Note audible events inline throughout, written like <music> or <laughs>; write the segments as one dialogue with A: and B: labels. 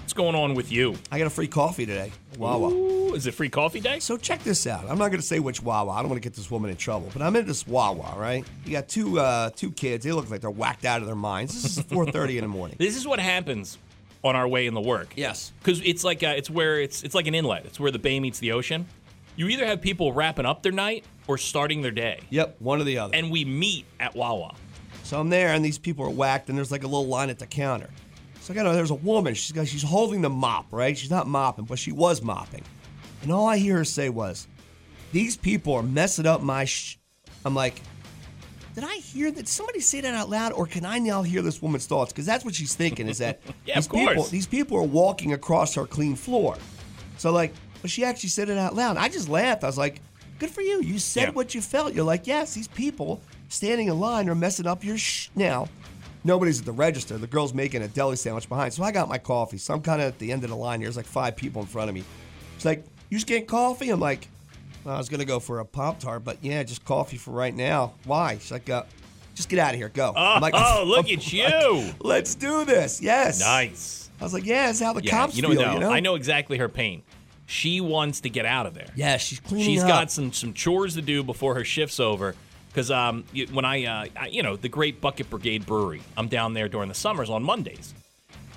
A: What's going on with you?
B: I got a free coffee today. Wawa.
A: Ooh, is it free coffee day?
B: Oh, So check this out. I'm not going to say which Wawa. I don't want to get this woman in trouble, but I'm at this Wawa, right? You got two uh, two kids. They look like they're whacked out of their minds. This is 4:30 in the
A: <laughs>
B: morning.
A: This is what happens on our way in the work.
B: Yes.
A: Because it's like uh it's where it's it's like an inlet. It's where the bay meets the ocean. You either have people wrapping up their night or starting their day,
B: Yep, one or the other.
A: and we meet at Wawa.
B: So I'm there, and these people are whacked, and there's like a little line at the counter. So I got there's a woman. She's got she's holding the mop, right? She's not mopping, but she was mopping. And all I hear her say was, "These people are messing up my." Sh-. I'm like, did I hear that? Somebody say that out loud, or can I now hear this woman's thoughts? Because that's what she's thinking. Is that
A: <laughs> Yeah, of
B: these people?
A: course.
B: These people are walking across her clean floor. So like, but she actually said it out loud. I just laughed. I was like, good for you. You said
A: Yeah.
B: what you felt. You're like, yes, these people standing in line are messing up your sh. Now, nobody's at the register. The girl's making a deli sandwich behind. So I got my coffee. So I'm kind of at the end of the line here. There's like five people in front of me. She's like, you just getting coffee? I'm like, well, I was gonna go for a pop tart, but yeah, just coffee for right now. Why? She's like, uh, just get out of here, go.
A: Oh,
B: I'm like, <laughs>
A: look at you!
B: let's do this. Yes.
A: Nice.
B: I was like, yeah, it's how the
A: Yeah,
B: cops
A: you know,
B: feel.
A: no,
B: you know.
A: I know exactly her pain. She wants to get out of there.
B: Yeah, she's cleaning
A: She's
B: up.
A: got some some chores to do before her shift's over. Because um, you- when I, uh, I, you know, the Great Bucket Brigade Brewery, I'm down there during the summers on Mondays,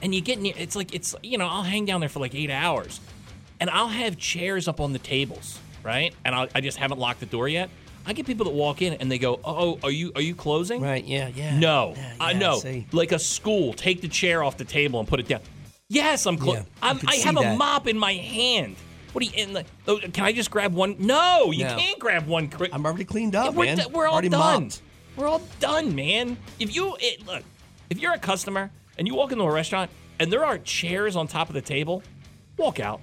A: and you get near. It's like it's you know, I'll hang down there for like eight hours, and I'll have chairs up on the tables, right? And I'll, I just haven't locked the door yet. I get people that walk in and they go, "Oh, are you are you closing?"
B: Right? Yeah. Yeah.
A: No,
B: Yeah,
A: I
B: yeah,
A: know.
B: see.
A: Like a school, take the chair off the table and put it down. Yes, I'm
B: Yeah,
A: close.
B: I
A: I'm
B: could
A: I
B: see
A: have a
B: that.
A: mop in my hand. What are you in the? Oh, can I just grab one? No, you
B: No.
A: can't grab one. Quick.
B: I'm already cleaned up,
A: we're,
B: man.
A: do- we're all
B: already
A: done.
B: mopped.
A: We're all done, man. If you it, look, if you're a customer and you walk into a restaurant and there are chairs on top of the table, walk out.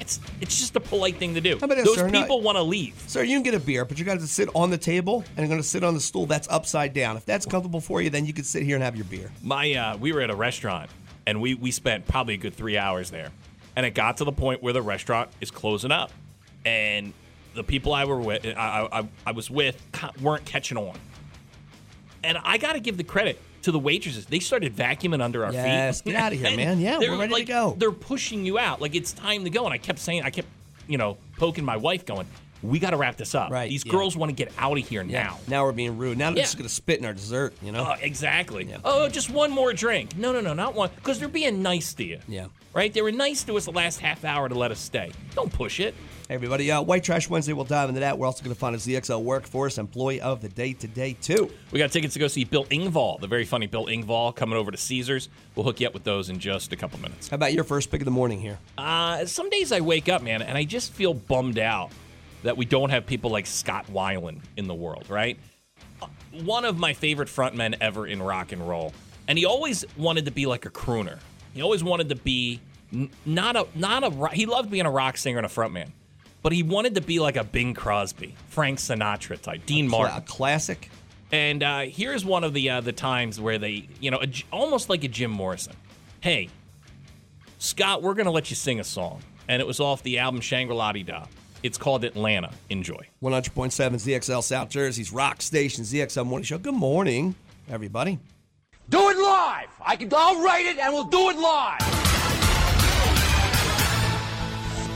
A: It's it's just a polite thing to do.
B: How about this,
A: Those
B: sir? No-
A: people want to leave.
B: Sir, you can get a beer, but you're going to sit on the table and you're going to sit on the stool that's upside down. If that's comfortable for you, then you can sit here and have your beer.
A: My uh, we were at a restaurant and we we spent probably a good three hours there, and it got to the point where the restaurant is closing up, and the people I were with I I, I- I was with ca- weren't catching on, and I got to give the credit to the waitresses. They started vacuuming under our
B: Yes,
A: feet.
B: get outta here,
A: <laughs> And
B: man. Yeah,
A: they're,
B: we're ready to
A: like,
B: go.
A: They're pushing you out like it's time to go, and I kept saying I kept you know poking my wife going. We got to wrap this up.
B: Right,
A: These
B: yeah.
A: girls want to get out of here now.
B: Now we're being rude. Now they're
A: Yeah.
B: just going to spit in our dessert, you know?
A: Oh, exactly.
B: Yeah.
A: Oh, just one more drink. No, no, no, not one. Because they're being nice to you.
B: Yeah.
A: Right? They were nice to us the last half hour to let us stay. Don't push it.
B: Hey everybody, uh, White Trash Wednesday, we'll dive into that. We're also going to find a ZXL Workforce Employee of the Day today, too.
A: We got tickets to go see Bill Ingvall, the very funny Bill Ingvall, coming over to Caesars. We'll hook you up with those in just a couple minutes.
B: How about your first pick of the morning here?
A: Uh, some days I wake up, man, and I just feel bummed out that we don't have people like Scott Weiland in the world, right? Uh, One of my favorite frontmen ever in rock and roll, and he always wanted to be like a crooner. He always wanted to be n- not a not a ro- he loved being a rock singer and a frontman, but he wanted to be like a Bing Crosby, Frank Sinatra type, Dean Martin.
B: A classic.
A: And uh, here's one of the uh, the times where they, you know, a, J- almost like a Jim Morrison. Hey, Scott, we're gonna let you sing a song, and it was off the album Shangri La Di Da. It's called Atlanta. Enjoy.
B: 100.7 ZXL South Jersey's Rock Station ZXL Morning Show. Good morning, everybody.
C: Do it live. I can. I'll write it, and we'll do it live.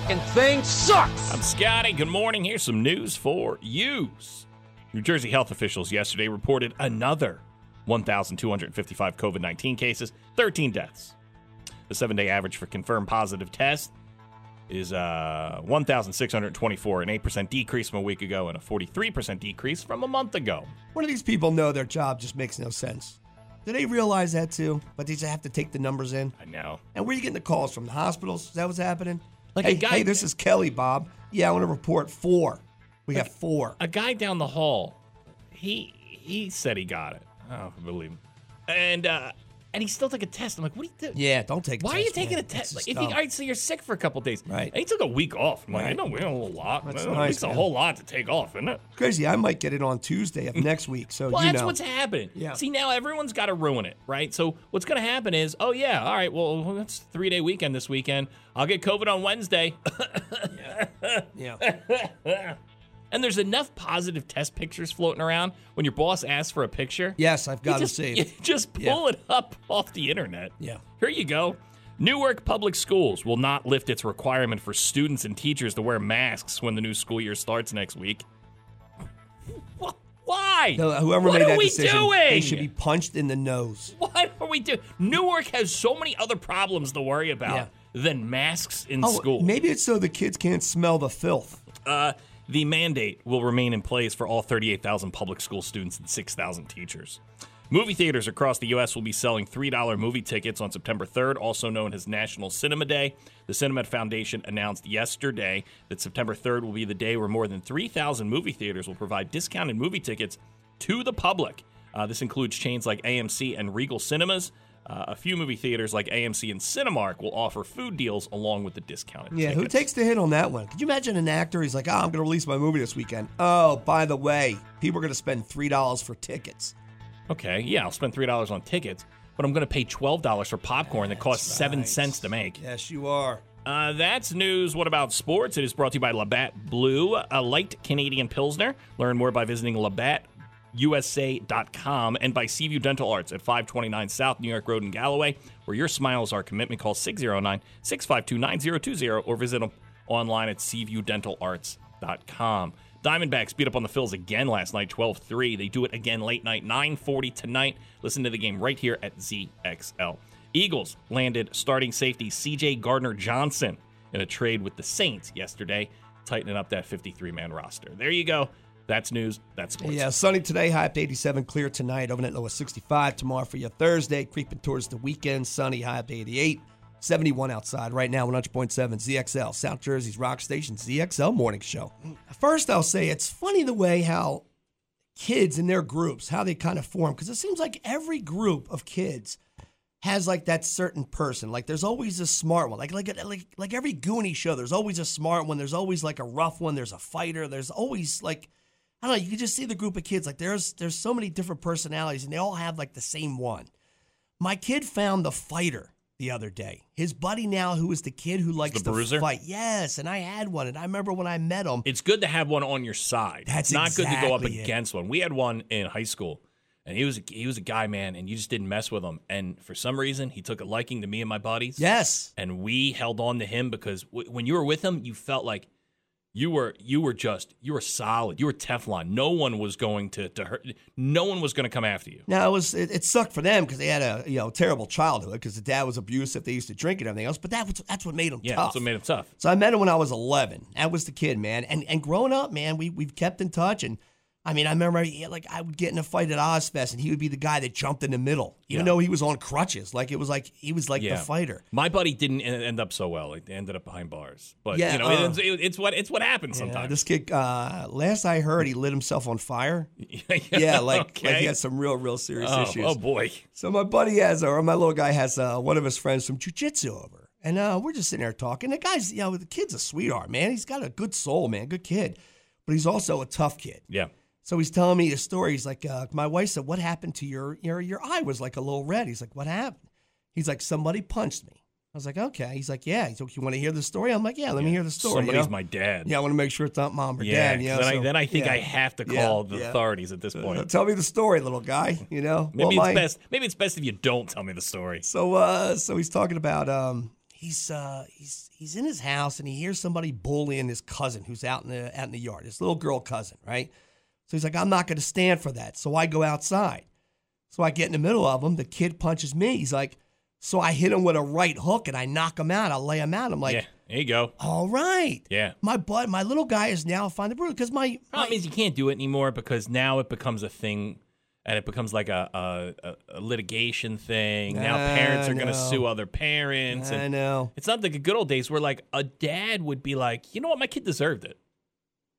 C: And thing sucks.
A: I'm Scotty. Good morning. Here's some news for yous. New Jersey health officials yesterday reported another 1,255 COVID 19 cases, 13 deaths. The seven day average for confirmed positive tests is uh, 1,624, an 8% decrease from a week ago and a 43% decrease from a month ago.
B: One of these people know their job just makes no sense. Do they realize that too? But they just have to take the numbers in.
A: I know.
B: And where are you getting the calls from? The hospitals? Is that what's happening?
A: Like a
B: hey,
A: guy-
B: hey, this is Kelly, Bob. Yeah, I want to report four. We got four.
A: A guy down the hall, he he said he got it. I don't believe him. And, uh, and he still took a test. I'm like, what are you doing?
B: yeah, don't take. a
A: Why are you
B: test, man.
A: taking a
B: That's
A: test? Like,
B: just
A: if you, all
B: dumb.
A: right, so you're sick for a couple days.
B: Right.
A: And he took a week off. I'm like,
B: Right.
A: you know, we know a lot.
B: That's
A: man.
B: nice,
A: it's a
B: man.
A: whole lot to take off, isn't it?
B: Crazy. I might get it on Tuesday of next week. So
A: Well,
B: you
A: that's
B: know.
A: what's happening.
B: Yeah.
A: See, now everyone's got to ruin it, right? So what's going to happen is, oh yeah, all right, well that's three day weekend this weekend. I'll get COVID on Wednesday, <coughs> <laughs>
B: yeah.
A: and there's enough positive test pictures floating around. When your boss asks for a picture,
B: Yes, I've
A: you
B: got to
A: just, <laughs> you
B: save.
A: just pull it up off the internet.
B: Yeah.
A: Here you go. Newark Public Schools will not lift its requirement for students and teachers to wear masks when the new school year starts next week. Wh- Why?
B: No, uh, whoever
A: what
B: made
A: are
B: that
A: we
B: decision,
A: doing?
B: they should be punched in the nose.
A: What are we doing? Newark has so many other problems to worry about
B: Yeah.
A: than masks in
B: Oh,
A: school.
B: maybe it's so the kids can't smell the filth.
A: uh, the mandate will remain in place for all 38,000 public school students and 6,000 teachers. Movie theaters across the U.S. will be selling $3 movie tickets on September 3rd, also known as National Cinema Day. The Cinema Foundation announced yesterday that September 3rd will be the day where more than 3,000 movie theaters will provide discounted movie tickets to the public. Uh, this includes chains like AMC and Regal Cinemas. Uh, a few movie theaters like AMC and Cinemark will offer food deals along with the discounted
B: Yeah, who
A: tickets.
B: takes the hit on that one? Could you imagine an actor? He's like, oh, I'm going to release my movie this weekend. Oh, by the way, people are going to spend $3 for tickets.
A: Okay, yeah, I'll spend three dollars on tickets, but I'm going to pay twelve dollars for popcorn that costs seven cents to make.
B: Yes, you are.
A: Uh, that's news. What about sports? It is brought to you by Labatt Blue, a light Canadian Pilsner. Learn more by visiting labattusa.com and by Seaview Dental Arts at 529 South New York Road in Galloway, where your smile is our commitment. Call 609 652 9020 or visit them online at seaviewdentalarts.com. Diamondbacks beat up on the Phils again last night, 12 3. They do it again late night, 940 tonight. Listen to the game right here at ZXL. Eagles landed starting safety CJ Gardner Johnson in a trade with the Saints yesterday, tightening up that 53 man roster. There you go. That's news. That's sports.
B: Yeah, sunny today, high up to 87, clear tonight, overnight low at 65. Tomorrow for your Thursday, creeping towards the weekend, sunny, high up to 88, 71 outside right now, 100.7 ZXL, South Jersey's Rock Station ZXL Morning Show. First, I'll say it's funny the way how kids in their groups, how they kind of form, because it seems like every group of kids has like that certain person. Like there's always a smart one. Like like like like every Goonie show, there's always a smart one. There's always like a rough one. There's a fighter. There's always like I don't know. You can just see the group of kids. Like there's there's so many different personalities, and they all have like the same one. My kid found the fighter the other day. His buddy now, who is the kid who likes
A: The bruiser?
B: to fight. Yes, and I had one, and I remember when I met him.
A: It's good to have one on your side.
B: That's
A: not good to go up
B: exactly it.
A: against one. We had one in high school, and he was he was a guy, man, and you just didn't mess with him. And for some reason, he took a liking to me and my buddies.
B: Yes,
A: and we held on to him because w- when you were with him, you felt like you were you were just you were solid. You were Teflon. No one was going to to hurt. No one was going to come after you.
B: Now it was it, it sucked for them because they had a you know terrible childhood because the dad was abusive. They used to drink and everything else, but that was, that's what made them
A: Yeah,
B: tough.
A: that's what made him tough.
B: so I met him when I was 11. That was the kid, man. And and growing up, man, we we've kept in touch. And I mean, I remember yeah, like I would get in a fight at Ozfest, and he would be the guy that jumped in the middle, even
A: Yeah.
B: though he was on crutches. Like it was like he was like
A: Yeah.
B: the fighter.
A: My buddy didn't en- end up so well. It ended up behind bars. But
B: Yeah,
A: you know,
B: uh,
A: it's, it- it's what it's what happens
B: Uh,
A: sometimes.
B: this
A: <laughs>
B: kid, uh, last I heard, he lit himself on fire. Yeah, like, like he had some real, real serious
A: oh,
B: issues.
A: oh boy.
B: So my buddy has, or my little guy has, uh, one of his friends from jujitsu over, and uh, we're just sitting there talking. The guy's, you know, the kid's a sweetheart, man. He's got a good soul, man, good kid, but he's also a tough kid.
A: Yeah.
B: So he's telling me a story. He's like, uh, my wife said, "What happened to your your your eye was like a little red." He's like, "What happened?" He's like, "Somebody punched me." I was like, "Okay." He's like, "Yeah." He's like, "You want to hear the story?" I'm like, "Yeah, let me hear the story." you
A: Somebody's
B: know?
A: my dad.
B: Yeah, I want to make sure it's not mom or
A: Yeah,
B: dad.
A: 'cause
B: You know,
A: then, I,
B: so-
A: then I think
B: yeah.
A: I have to
B: Yeah,
A: call the
B: yeah.
A: authorities at this
B: Uh, <laughs>
A: point.
B: Tell me the story, little guy. You know, Well,
A: Maybe
B: my-
A: it's best. Maybe it's best if you don't tell me the story.
B: So uh so he's talking about um he's uh he's he's in his house and he hears somebody bullying his cousin who's out in the out in the yard, his little girl cousin, right? So he's like, I'm not gonna stand for that. So I go outside. So I get in the middle of him, the kid punches me. He's like, so I hit him with a right hook and I knock him out, I lay him out. I'm like,
A: Yeah. There you go.
B: All right.
A: Yeah. Oh,
B: My bud, my little guy is now finding brutal because my, my
A: Problem is you can't do it anymore because now it becomes a thing, and it becomes like a a, a, a litigation thing. now
B: I
A: parents are going to
B: know.
A: sue other parents.
B: I
A: and
B: know.
A: It's not like the good old days where like a dad would be like, you know what, my kid deserved it.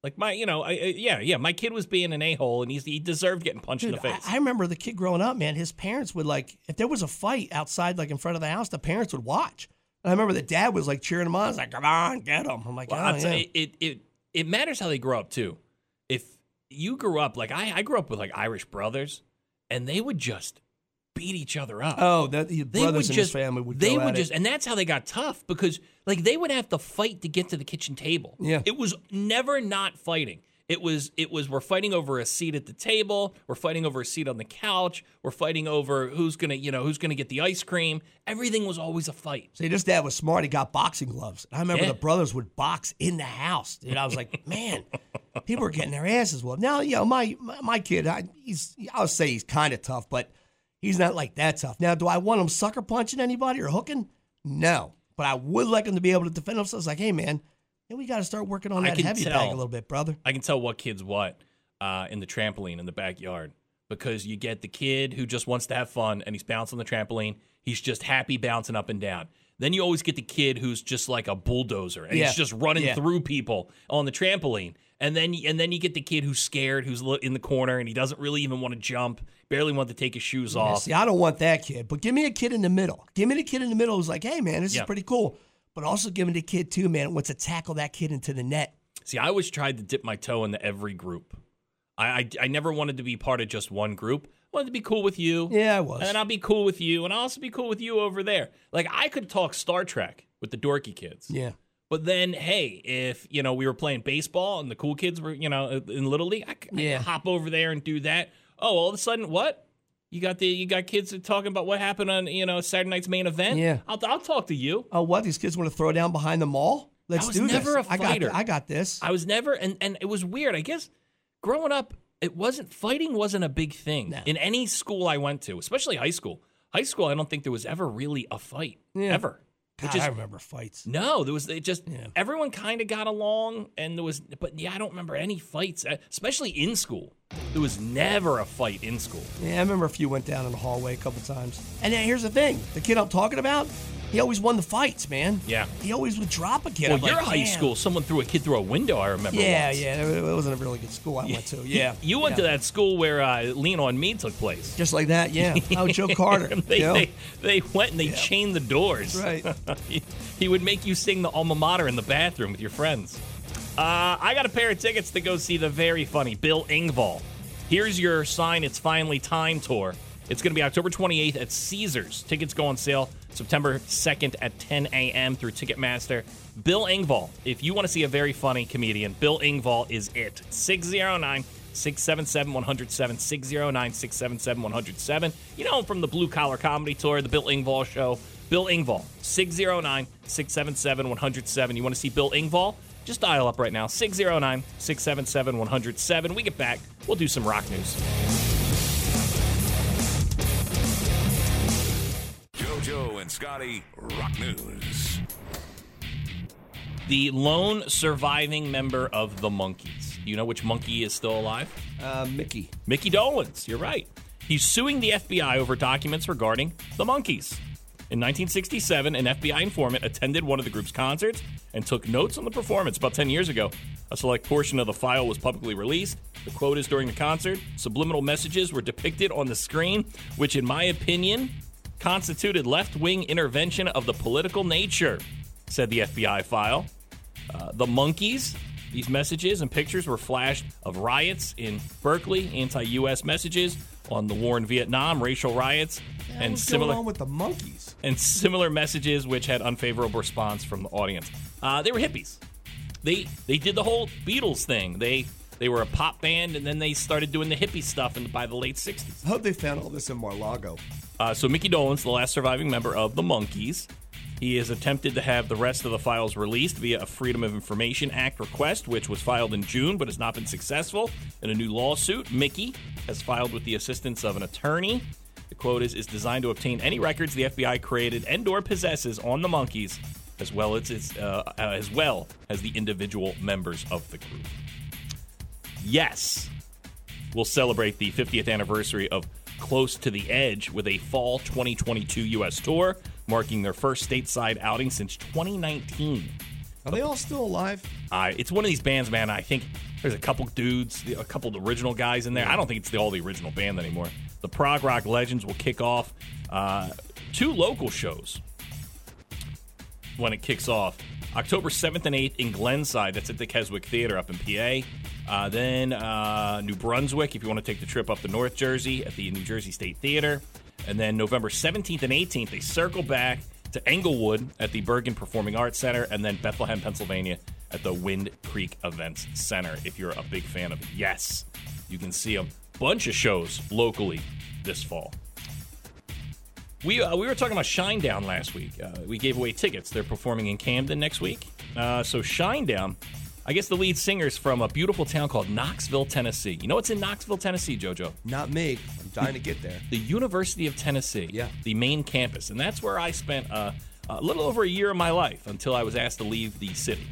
A: Like my, you know, I, I, yeah, yeah, my kid was being an a hole, and he's, he deserved getting punched
B: Dude,
A: in the face.
B: I, I remember the kid growing up, man. His parents would like if there was a fight outside, like in front of the house, the parents would watch. And I remember the dad was like cheering him on. He's like, "Come on, get him!" I'm like,
A: Well,
B: "Oh,
A: I'll
B: yeah."
A: tell you, it, it it matters how they grow up too. If you grew up like I, I grew up with like Irish brothers, and they would just beat each other up.
B: oh, that the
A: they
B: brothers
A: would
B: in
A: just
B: his family would.
A: they
B: go
A: would
B: at it.
A: just, and that's how they got tough because like they would have to fight to get to the kitchen table.
B: Yeah.
A: it was never not fighting. It was it was we're fighting over a seat at the table. We're fighting over a seat on the couch. We're fighting over who's gonna you know who's gonna get the ice cream. Everything was always a fight.
B: See, this dad was smart. He got boxing gloves. I remember
A: Yeah.
B: the brothers would box in the house. Dude, I was like, <laughs> man, people are getting their asses whooped. Now, you know, my my, my kid, I, he's I'll say he's kind of tough, but he's not like that tough. Now, do I want him sucker punching anybody or hooking? No, but I would like him to be able to defend themselves. Like, hey, man, yeah, we got to start working on
A: I
B: that
A: can
B: heavy
A: tell.
B: bag a little bit, brother.
A: I can tell what kid's what uh, in the trampoline in the backyard because you get the kid who just wants to have fun and he's bouncing the trampoline. He's just happy bouncing up and down. Then you always get the kid who's just like a bulldozer and
B: Yeah.
A: he's just running
B: Yeah.
A: through people on the trampoline. And then and then you get the kid who's scared, who's li- in the corner and he doesn't really even want to jump, barely want to take his shoes
B: Yeah,
A: off.
B: See, I don't want that kid, but give me a kid in the middle. Give me the kid in the middle who's like, hey, man, this
A: Yeah.
B: is pretty cool. But also give me the kid, too, man, who wants to tackle that kid into the net.
A: See, I always tried to dip my toe into every group. I, I I never wanted to be part of just one group. I wanted to be cool with you.
B: Yeah, I was.
A: And then I'll be cool with you, and I'll also be cool with you over there. Like I could talk Star Trek with the dorky kids.
B: yeah.
A: But then, hey, if you know we were playing baseball and the cool kids were, you know, in Little League, I c- I could
B: Yeah.
A: hop over there and do that. Oh, all of a sudden, what? You got the you got kids talking about what happened on you know Saturday night's main event.
B: Yeah.
A: I'll, I'll talk to you.
B: Oh, what? These kids want to throw down behind the mall? Let's
A: I was
B: do
A: never
B: this.
A: a
B: I got,
A: fighter.
B: I got this.
A: I was never, and and it was weird. I guess growing up, it wasn't fighting wasn't a big thing in any school I went to, especially high school. High school, I don't think there was ever really a fight
B: Yeah.
A: ever.
B: God,
A: which is-
B: I remember fights.
A: No, there was it just
B: Yeah.
A: everyone kind of got along, and there was, but yeah, I don't remember any fights, uh, especially in school. There was never a fight in school.
B: Yeah, I remember a few went down in the hallway a couple times. And then here's the thing the kid I'm talking about, he always won the fights, man.
A: Yeah.
B: He always would drop a kid.
A: Well,
B: I'm
A: your
B: like,
A: high
B: "Damn."
A: school, someone threw a kid through a window. I remember.
B: Yeah,
A: once.
B: yeah. It wasn't a really good school I went to. Yeah.
A: <laughs> You went to that school where uh, Lean on Me took place.
B: Just like that, yeah. Oh, Joe Carter.
A: And <laughs> they,
B: you know?
A: they, they went and they chained the doors. <laughs>
B: Right.
A: he, he would make you sing the alma mater in the bathroom with your friends. Uh, I got a pair of tickets to go see the very funny Bill Ingvall. Here's your sign. It's finally time tour. It's going to be October 28th at Caesars. Tickets go on sale September 2nd at 10 a.m. through Ticketmaster. Bill Ingvall. If you want to see a very funny comedian, Bill Ingvall is it. 609- 677 107 609 677 107. You know him from the Blue Collar Comedy Tour, the Bill Ingvall Show. Bill Ingvall, 609 677 107. You want to see Bill Ingvall? Just dial up right now, 609 677 107. We get back, we'll do some rock news.
D: JoJo and Scotty Rock News.
A: The lone surviving member of the Monkees. You know which monkey is still alive?
B: Uh, Mickey.
A: Mickey Dolans, you're right. He's suing the FBI over documents regarding the monkeys. In 1967, an FBI informant attended one of the group's concerts and took notes on the performance about 10 years ago. A select portion of the file was publicly released. The quote is during the concert, subliminal messages were depicted on the screen, which, in my opinion, constituted left wing intervention of the political nature, said the FBI file the monkeys. These messages and pictures were flashed of riots in Berkeley, anti-U.S. messages on the war in Vietnam, racial riots, and
B: What's
A: similar
B: going on with the monkeys?
A: and similar messages which had unfavorable response from the audience. Uh, they were hippies. They they did the whole Beatles thing. They they were a pop band, and then they started doing the hippie stuff in, by the late '60s.
B: I hope they found all this in Mar-Lago.
A: Uh, so Mickey Dolan's the last surviving member of the Monkees. He has attempted to have the rest of the files released via a Freedom of Information Act request, which was filed in June but has not been successful. In a new lawsuit, Mickey has filed with the assistance of an attorney. The quote is, is designed to obtain any records the FBI created and or possesses on the monkeys as well as its uh, as well as the individual members of the group. Yes, we'll celebrate the 50th anniversary of Close to the Edge with a fall 2022 U.S. tour, marking their first stateside outing since 2019.
B: Are they all still alive?
A: I Uh, it's one of these bands, man. I think there's a couple dudes, a couple of the original guys in there. I don't think it's the, all the original band anymore. The prog rock legends will kick off uh, two local shows when it kicks off. October 7th and 8th in Glenside. That's at the Keswick Theater up in PA. Uh, then uh, New Brunswick, if you want to take the trip up to North Jersey at the New Jersey State Theater. And then November 17th and 18th, they circle back to Englewood at the Bergen Performing Arts Center and then Bethlehem, Pennsylvania at the Wind Creek Events Center. If you're a big fan of Yes, you can see a bunch of shows locally this fall. We, uh, we were talking about Shinedown last week. Uh, we gave away tickets. They're performing in Camden next week. Uh, so Shinedown, I guess the lead singer's from a beautiful town called Knoxville, Tennessee. You know what's in Knoxville, Tennessee, JoJo?
B: Not me. I'm dying to get there.
A: the University of Tennessee,
B: Yeah.
A: the main campus, and that's where I spent uh, a little over a year of my life until I was asked to leave the city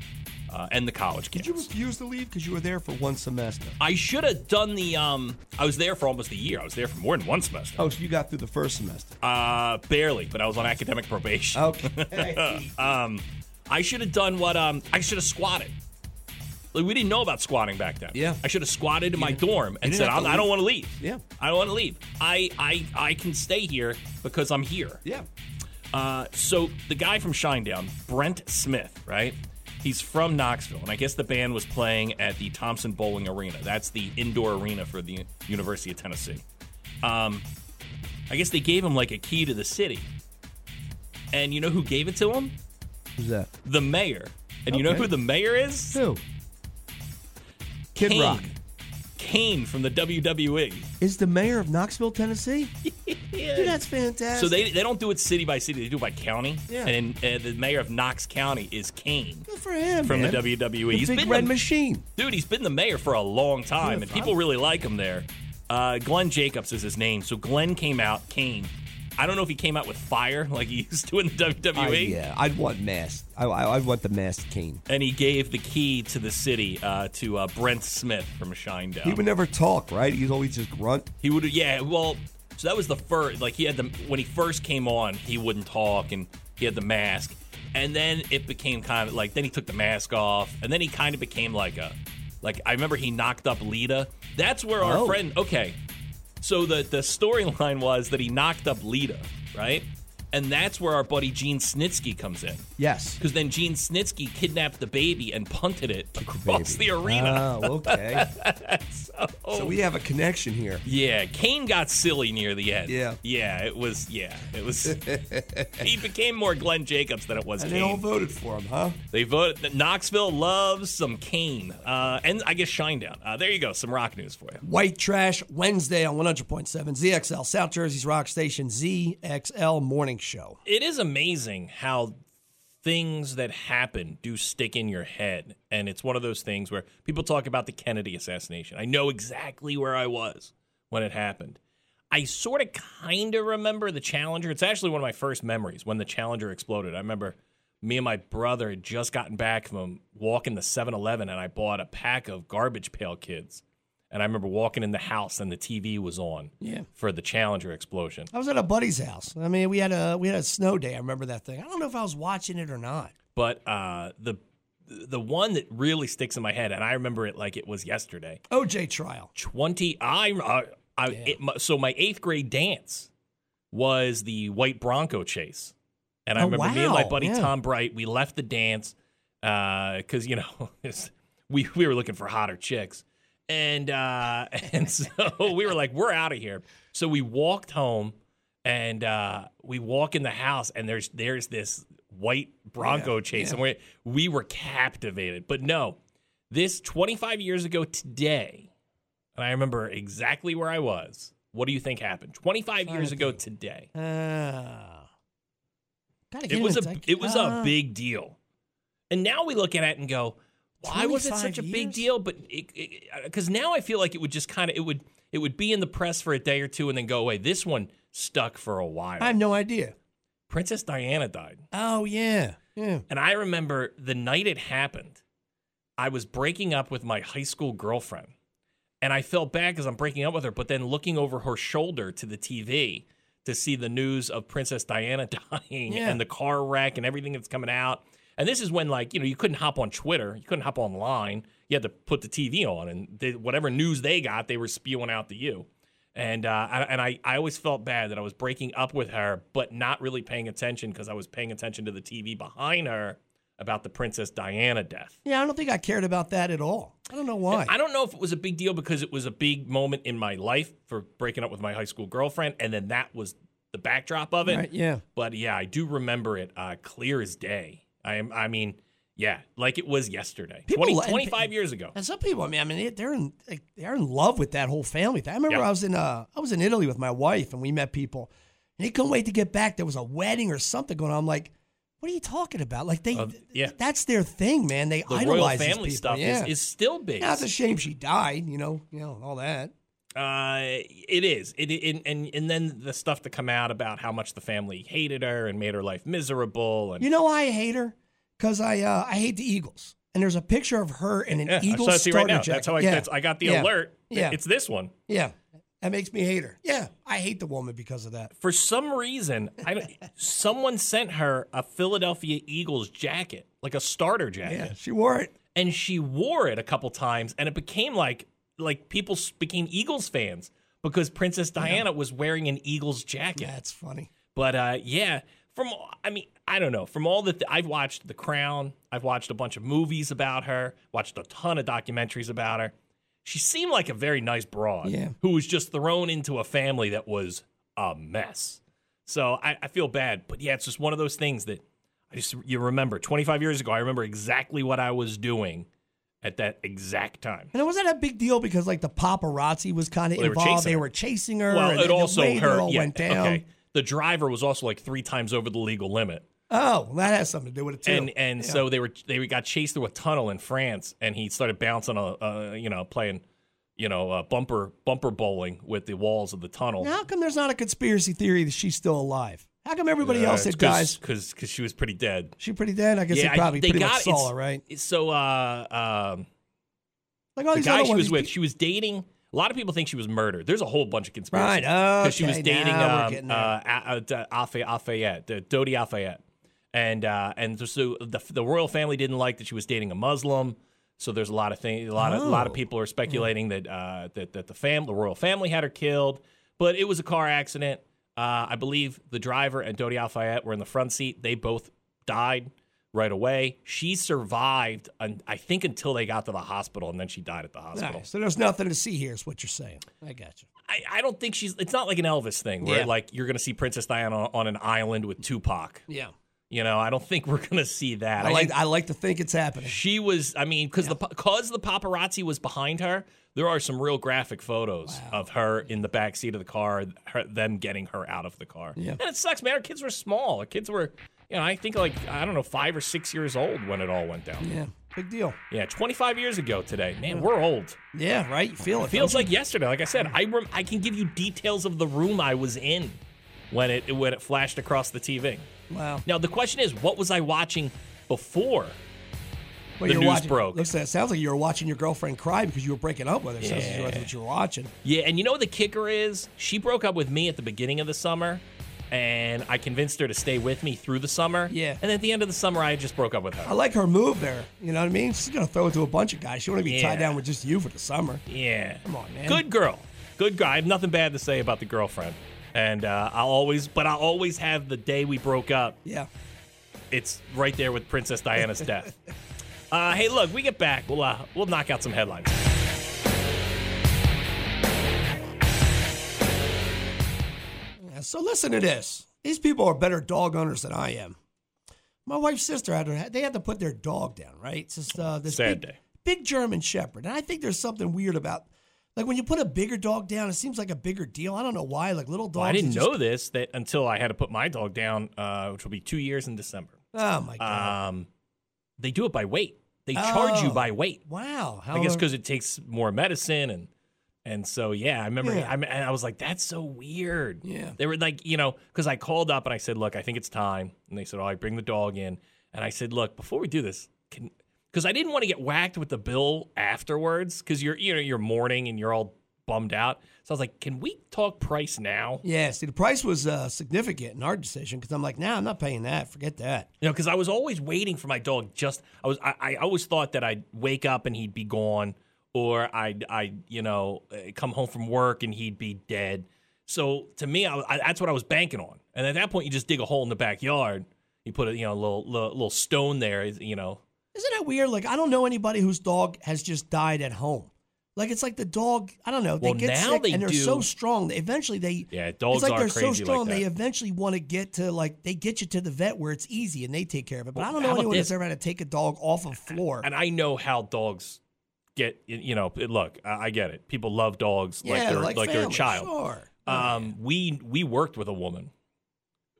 A: uh, and the college
B: Did you
A: campus.
B: refuse to leave because you were there for one semester?
A: I should have done the. Um, I was there for almost a year. I was there for more than one semester.
B: Oh, so you got through the first semester. Oh,
A: Uh, barely, but I was on academic probation. <laughs>
B: Okay.
A: I should have done what um I should have squatted. Like we didn't know about squatting back then.
B: Yeah.
A: I should have squatted in my
B: didn't-
A: dorm and
B: didn't
A: said,
B: have
A: I'm,
B: to
A: I don't
B: leave.
A: want to leave.
B: Yeah.
A: I don't want to leave. I I I can stay here because I'm here.
B: yeah.
A: Uh, so the guy from Shinedown, Brent Smith, right? He's from Knoxville, and I guess the band was playing at the Thompson Bowling Arena. That's the indoor arena for the University of Tennessee. Um, I guess they gave him like a key to the city, and you know who gave it to him?
B: Who's that?
A: The mayor. And you know
B: Okay.
A: who the mayor is?
B: Who? Kid
A: Kane.
B: Rock.
A: Kane from the E. WWE.
B: Is the mayor of Knoxville,
A: <laughs>
B: Tennessee? Dude, that's fantastic.
A: So they, they don't do it city by city, they do it by county.
B: Yeah.
A: And uh, the mayor of Knox County is Kane.
B: Good for him.
A: From the
B: man.
A: WWE.
B: The
A: He's
B: big
A: been
B: red
A: the-
B: machine.
A: Dude, he's been the mayor for a long time,
B: Yeah,
A: and
B: fine.
A: people really like him there. Uh, Glenn Jacobs is his name. So Glenn came out, Kane. I don't know if he came out with fire like he <laughs> used to in the E, WWE.
B: I- Oh, yeah, I'd want masked. I, I, I'd want the masked king.
A: And he gave the key to the city uh, to uh, Brent Smith from Shinedown.
B: He would never talk, right? He's always just grunt.
A: He would, yeah. Well, so that was the first. Like he had the when he first came on, he wouldn't talk, and he had the mask, and then it became kind of like then he took the mask off, and then he kind of became like a, like I remember he knocked up Lita. That's where our
B: Oh.
A: friend. Okay, so the the storyline was that he knocked up Lita, right? And that's where our buddy Gene Snitsky comes in.
B: Yes.
A: Because then Gene Snitsky kidnapped the baby and punted it <laughs> across the,
B: Baby.
A: arena.
B: Oh, okay.
A: <laughs>
B: So we have a connection here.
A: Yeah, Kane got silly near the end.
B: Yeah.
A: Yeah, it was yeah,
B: <laughs>
A: it was he became more Glenn Jacobs than it was
B: And they all
A: Kane.
B: voted for him, huh?
A: They voted Knoxville loves some Kane. Uh, and I guess Shinedown. Uh, there you go, some rock news for you.
B: White Trash Wednesday on 100.7 ZXL, South Jersey's rock station ZXL Morning Show.
A: It is amazing how things that happen do stick in your head. And it's one of those things where people talk about the Kennedy assassination. I know exactly where I was when it happened. I sort of kind of remember the Challenger. It's actually one of my first memories when the Challenger exploded. I remember me and my brother had just gotten back from walking the 7 Eleven and I bought a pack of Garbage Pail Kids. And I remember walking in the house and the TV was on
B: Yeah.
A: for the Challenger explosion.
B: I was at a buddy's house. I mean, we had a we had a snow day. I remember that thing. I don't know if I was watching it or not.
A: but uh, the the one that really sticks in my head, and I remember it like it was yesterday.
B: OJ trial.
A: Twenty, I, I, I it, my, so my eighth grade dance was the White Bronco chase, and I
B: Oh,
A: remember me and my
B: wow.
A: buddy
B: Yeah.
A: Tom Bright, we left the dance because you know <laughs> it's- we we were looking for hotter chicks, and uh, <laughs> and so we were like, we're out of here. So we walked home. And uh, we walk in the house, and there's there's this white Bronco chase, and we we were captivated. But no, this 25 years ago today, and I remember exactly where I was. What do you think happened? 25 years ago today.
B: Ah. Gotta get
A: It was a
B: sec.
A: it was a
B: Ah.
A: big deal. And now we look at it and go, why was it
B: 25
A: such a big
B: years?
A: deal? But because now I feel like it would just kind of it would it would be in the press for a day or two and then go away. This one stuck for a while.
B: I have no idea.
A: Princess Diana died.
B: Oh yeah. Yeah.
A: And I remember the night it happened, I was breaking up with my high school girlfriend. And I felt bad because I'm breaking up with her, but then looking over her shoulder to the TV to see the news of Princess Diana <laughs> dying
B: Yeah.
A: and the car wreck and everything that's coming out. And this is when, like, you know, you couldn't hop on Twitter, you couldn't hop online. You had to put the TV on, and they, whatever news they got, they were spewing out to you. And uh, I, and I, I always felt bad that I was breaking up with her, but not really paying attention because I was paying attention to the TV behind her about the Princess Diana death.
B: Yeah, I don't think I cared about that at all. I don't know why.
A: I don't know if it was a big deal because it was a big moment in my life for breaking up with my high school girlfriend, and then that was the backdrop of it.
B: Right, yeah.
A: But yeah, I do remember it uh, clear as day. I am. I mean, yeah, like it was yesterday,
B: People
A: 20,
B: let-
A: 25 years ago.
B: And some people, I mean, I mean, they- they're in like, they're in love with that whole family thing. I remember
A: Yeah.
B: I was in uh, I was in Italy with my wife, and we met people, and they couldn't wait to get back. There was a wedding or something going on. I'm like, what are you talking about? Like they,
A: Uh, yeah.
B: that's their thing, man. They
A: The royal
B: idolize these
A: family
B: people.
A: stuff
B: yeah.
A: is, is still big.
B: Now, it's a shame she died. You know, you know, all that.
A: Uh, it is. It, it and and then the stuff to come out about how much the family hated her and made her life miserable. And
B: You know, why I hate her because I uh, I hate the Eagles. And there's a picture of her in an
A: yeah, I'm
B: Eagles
A: trying to see right
B: starter
A: now.
B: jacket.
A: That's how I.
B: yeah.
A: That's, I got the
B: Yeah.
A: alert.
B: Yeah.
A: It's this one.
B: Yeah, that makes me hate her. Yeah, I hate the woman because of that.
A: for some reason, I don't, someone sent her a Philadelphia Eagles jacket, like a starter jacket,
B: Yeah, she wore it.
A: and she wore it a couple times, and it became like like people s- became Eagles fans because Princess Diana was wearing an Eagles jacket.
B: That's funny.
A: But uh, yeah, from I mean, I don't know. From all the th- I've watched The Crown, I've watched a bunch of movies about her, watched a ton of documentaries about her. She seemed like a very nice broad
B: Yeah.
A: who was just thrown into a family that was a mess. So I, I feel bad, but yeah, it's just one of those things that I just you remember. Twenty five years ago, I remember exactly what I was doing at that exact time.
B: And it wasn't a big deal because like the paparazzi was kind of
A: they were
B: involved.
A: chasing
B: They
A: her.
B: were chasing her.
A: well,
B: and
A: it
B: the
A: also
B: way that
A: her
B: all
A: yeah,
B: went down.
A: okay. The driver was also like three times over the legal limit.
B: Oh, well, that has something to do with it too.
A: And and so they were they got chased through a tunnel in France, and he started bouncing a, a you know playing, you know uh, bumper bumper bowling with the walls of the tunnel.
B: Now, how come there's not a conspiracy theory that she's still alive? How come everybody
A: Uh,
B: else that dies?
A: because she was pretty dead.
B: She pretty dead. I guess they
A: I-
B: probably pretty much
A: it's-
B: saw her, right?
A: So uh, um,
B: Like all
A: the
B: these
A: guy
B: other
A: she
B: ones,
A: was
B: these
A: with,
B: pe-
A: she was dating. A lot of people think she was murdered. There's a whole bunch of conspiracies.
B: Right,
A: she was
B: okay,
A: dating
B: now we're
A: um,
B: getting
A: uh,
B: there.
A: A- A- A- Afa- Afayette, uh, Dodi Afayette, and uh, and so the, the royal family didn't like that she was dating a Muslim. So there's a lot of things. A lot of a lot of
B: Oh.
A: people are speculating that uh, that that the fam, the royal family, had her killed. But it was a car accident. Uh, I believe the driver and Dodi Alfayette were in the front seat. They both died right away. She survived, un- I think, until they got to the hospital, and then she died at the
B: All
A: hospital.
B: right, so there's nothing to see here, is what you're saying. I got you.
A: I, I don't think she's. It's not like an Elvis thing where
B: Yeah.
A: like you're gonna see Princess Diana on, on an island with Tupac.
B: Yeah,
A: You know, I don't think we're gonna see that.
B: I like.
A: think
B: I like to think it's happening.
A: she was. I mean, because the because the paparazzi was behind her. There are some real graphic photos of her in the back seat of the car, her, them getting her out of the car.
B: Yeah.
A: And it sucks, man. Our kids were small. Our kids were, you know, I think like I don't know, five or six years old when it all went down.
B: Yeah, big deal.
A: Yeah, 25 years ago today. Man, we're old.
B: Yeah, right. You feel it.
A: Feels
B: don't
A: like yesterday. Like I said, I rem- I can give you details of the room I was in when it when it flashed across the TV.
B: you? wow.
A: Now the question is, what was I watching before?
B: Well,
A: the
B: you're
A: news
B: watching,
A: broke.
B: Looks like, sounds like you were watching your girlfriend cry because you were breaking up with her. Sounds like that's what you were watching.
A: Yeah, and you know what the kicker is? She broke up with me at the beginning of the summer, and I convinced her to stay with me through the summer.
B: Yeah.
A: And at the end of the summer, I just broke up with
B: I
A: her.
B: like her move there. You know what I mean? She's gonna throw it to a bunch of guys. She want to be
A: Yeah.
B: tied down with just you for the summer.
A: Yeah.
B: Come on, man.
A: Good girl. Good girl. I have nothing bad to say about the girlfriend. And uh, I'll always, but I'll always have the day we broke up
B: Yeah.
A: it's right there with Princess Diana's
B: <laughs>
A: death. Uh, hey, look, we get back. We'll uh, we'll knock out some headlines.
B: Yeah, So listen to this. These people are better dog owners than I am. My wife's sister had to, they had to put their dog down, right? It's just uh, this
A: Sad
B: big,
A: day.
B: big German Shepherd, and I think there's something weird about like when you put a bigger dog down, it seems like a bigger deal. I don't know why. Like little dogs,
A: I didn't
B: it just-
A: know this that until I had to put my dog down, uh, which will be two years in December.
B: Oh my god!
A: Um, they do it by weight. They charge you
B: Oh.
A: by weight.
B: wow. How
A: I guess
B: are-
A: because it takes more medicine and and so yeah, I remember
B: Yeah.
A: I, and I was like, that's so weird.
B: Yeah.
A: they were like, you know, because I called up and I said, look, I think it's time, and they said, all right, "Oh, bring the dog in. and I said, "Look, before we do this, can because I didn't want to get whacked with the bill afterwards because you're you know you're mourning and you're all bummed out." So I was like, "Can we talk price now?"
B: Yeah, see, the price was uh, significant in our decision because I'm like, nah, I'm not paying that. Forget that.
A: You know, because I was always waiting for my dog. Just I was I, I always thought that I'd wake up and he'd be gone, or I'd I you know uh, come home from work and he'd be dead. So to me, I, I, that's what I was banking on. And at that point, you just dig a hole in the backyard. You put a you know little little, little stone there. You know,
B: Isn't that weird? Like, I don't know anybody whose dog has just died at home. Like, it's like the dog, I don't know, they
A: Well,
B: get
A: now
B: sick
A: they
B: and they're
A: do.
B: so strong. They eventually, they.
A: Yeah, dogs
B: It's like
A: are
B: they're so
A: crazy like
B: strong,
A: that.
B: they eventually want to get to, like, they get you to the vet where it's easy and they take care of it. But
A: Well,
B: I don't
A: how
B: know
A: about
B: anyone
A: this?
B: that's ever had to take a dog off a floor.
A: and I know how dogs get. You know, look, I, I get it. People love dogs like
B: yeah,
A: they're like, they're a
B: family,
A: child.
B: Sure.
A: Um, we we worked with a woman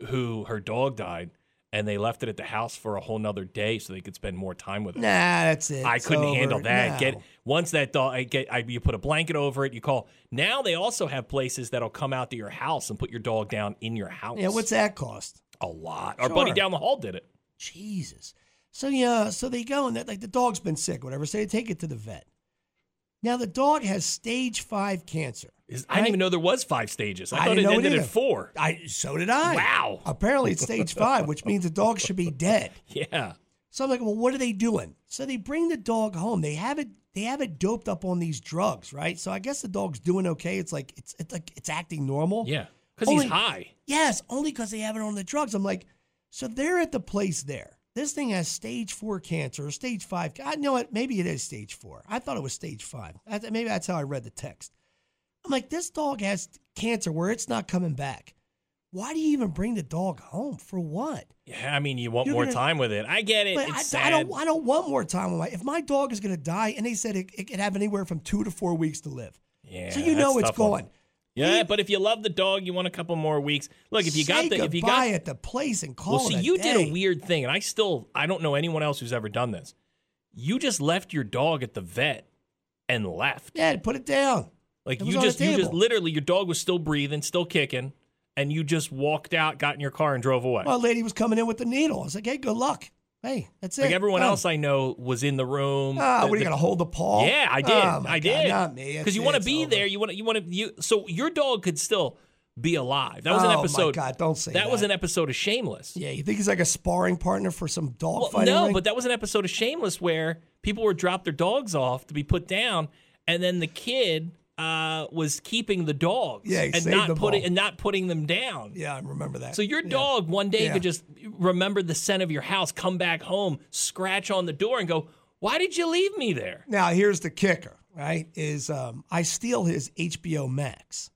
A: who her dog died, and they left it at the house for a whole nother day so they could spend more time with it.
B: Nah, that's it.
A: I
B: It's
A: couldn't
B: over.
A: handle that.
B: No.
A: Get once that dog, I get, I, you put a blanket over it. You call. Now they also have places that'll come out to your house and put your dog down in your house.
B: yeah, what's that cost?
A: a lot? Our buddy
B: Sure.
A: down the hall did it.
B: Jesus. So yeah, so they go and that like the dog's been sick, whatever. So they take it to the vet. Now the dog has stage five cancer.
A: Is- I didn't even know there was five stages. I,
B: I
A: thought
B: didn't
A: it
B: know it
A: ended at
B: either.
A: four.
B: I so did I.
A: Wow.
B: Apparently it's stage five, which means the dog should
A: <laughs>
B: be dead.
A: Yeah.
B: So I'm like, well, what are they doing? So they bring the dog home. They have it. They have it doped up on these drugs, right? So I guess the dog's doing okay. It's like it's it's like it's acting normal.
A: Yeah. Because he's
B: Only-
A: high.
B: Yes, only because they have it on the drugs. I'm like, so they're at the place there. This thing has stage four cancer, or stage five. I know it. Maybe it is stage four. I thought it was stage five. I th- Maybe that's how I read the text. I'm like, this dog has cancer where it's not coming back. Why do you even bring the dog home for what?
A: Yeah, I mean, you want
B: You're
A: more
B: gonna-
A: time with it. I get it.
B: But
A: it's
B: I,
A: sad.
B: I don't. I don't want more time with my. If my dog is going to die, and they said it, it could have anywhere from two to four weeks to live,
A: yeah,
B: so you
A: that's
B: know
A: a
B: it's
A: tough one.
B: gone.
A: Yeah, but if you love the dog, you want a couple more weeks. Look, if you
B: Say
A: got the, if you got
B: goodbye at the place and call.
A: Well,
B: it
A: see,
B: a
A: you did
B: day.
A: a weird thing, and I still I don't know anyone else who's ever done this. You just left your dog at the vet and left.
B: Yeah, put it down.
A: Like
B: It was
A: you
B: on the
A: just you just
B: table.
A: literally your dog was still breathing, still kicking, and you just walked out, got in your car, and drove away.
B: My lady was coming in with the needle. I was like, hey, good luck. Hey, that's it.
A: like everyone
B: Done.
A: else I know was in the room.
B: Ah,
A: The-
B: what are you
A: the-
B: gonna hold the paw?
A: Yeah, I did.
B: Oh, my
A: I
B: God,
A: did.
B: not me. That's
A: Because you
B: it.
A: want to
B: It's
A: be
B: over.
A: there. You want to. You want to. You. So your dog could still be alive. That was
B: Oh,
A: an
B: my
A: episode.
B: God, don't say
A: that was
B: that.
A: an episode of Shameless.
B: Yeah, you think he's like a sparring partner for some dog
A: Well,
B: fighting?
A: no,
B: ring?
A: but that was an episode of Shameless where people were dropped their dogs off to be put down, and then the kid uh, was keeping the dogs
B: Yeah, he
A: and
B: saved
A: not
B: them
A: putting
B: all.
A: and not putting them down.
B: yeah, I remember that.
A: So your dog one day
B: Yeah.
A: could just remember the scent of your house, come back home, scratch on the door, and go, "Why did you leave me there?"
B: Now here's the kicker, right? Is um, I steal his HBO Max.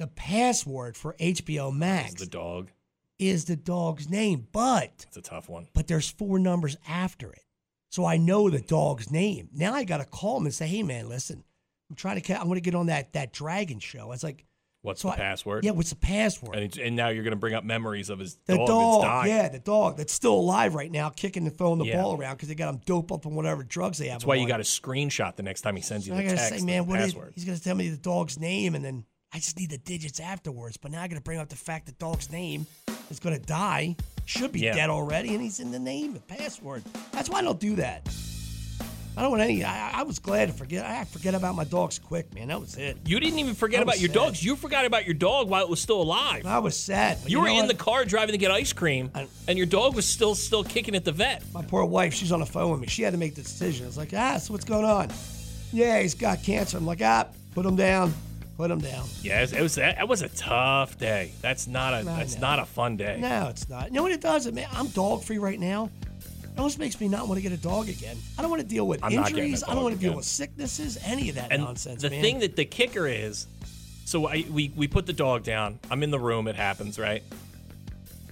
B: The password for HBO Max
A: The dog.
B: is the dog's name, but
A: It's a tough one.
B: but there's four numbers after it. So I know the dog's name. Now I got to call him and say, hey, man, listen, I'm trying to, ca- I'm going to get on that, that dragon show. It's like,
A: What's
B: so
A: the
B: I-
A: password?
B: Yeah, what's the password?
A: And, it's, and now you're going to bring up memories of his
B: the
A: dog,
B: dog,
A: that's dying.
B: yeah, the dog that's still alive right now, kicking and throwing the
A: Yeah.
B: ball around because they got him dope up on whatever drugs they have.
A: That's why
B: him
A: you
B: on.
A: got a screenshot the next time he sends you
B: So I
A: the
B: gotta
A: text.
B: say, man,
A: the
B: what is?
A: password.
B: He's gonna tell me the dog's name, and then I just need the digits afterwards. But now I gotta bring up the fact the dog's name is gonna die. Should be
A: Yeah.
B: dead already, and he's in the name, the password. That's why I don't do that. I don't want any. I, I was glad to forget. I forget about my dogs quick, man. That was it.
A: You didn't even forget
B: I'm
A: about your
B: sad.
A: dogs. You forgot about your dog while it was still alive.
B: I was sad. but
A: you were
B: know
A: in
B: what?
A: the car driving to get ice cream,
B: I-
A: and your dog was still still kicking at the vet.
B: My poor wife, she's on the phone with me. She had to make the decision. It's like, ah, so what's going on? Yeah, he's got cancer. I'm like, ah, put him down, put him down.
A: Yeah, it was, it was that, that was a tough day. That's not a
B: I
A: that's
B: know.
A: not a fun day.
B: No, it's not. You know what it does? It ma- I'm dog free right now. It almost makes me not want to get a dog again. I don't want to deal with
A: I'm not getting a
B: injuries. I
A: dog
B: don't want to deal
A: again.
B: with sicknesses, any of that
A: and
B: nonsense,
A: the
B: man.
A: thing that the kicker is, so I we we put the dog down. I'm in the room. It happens, right?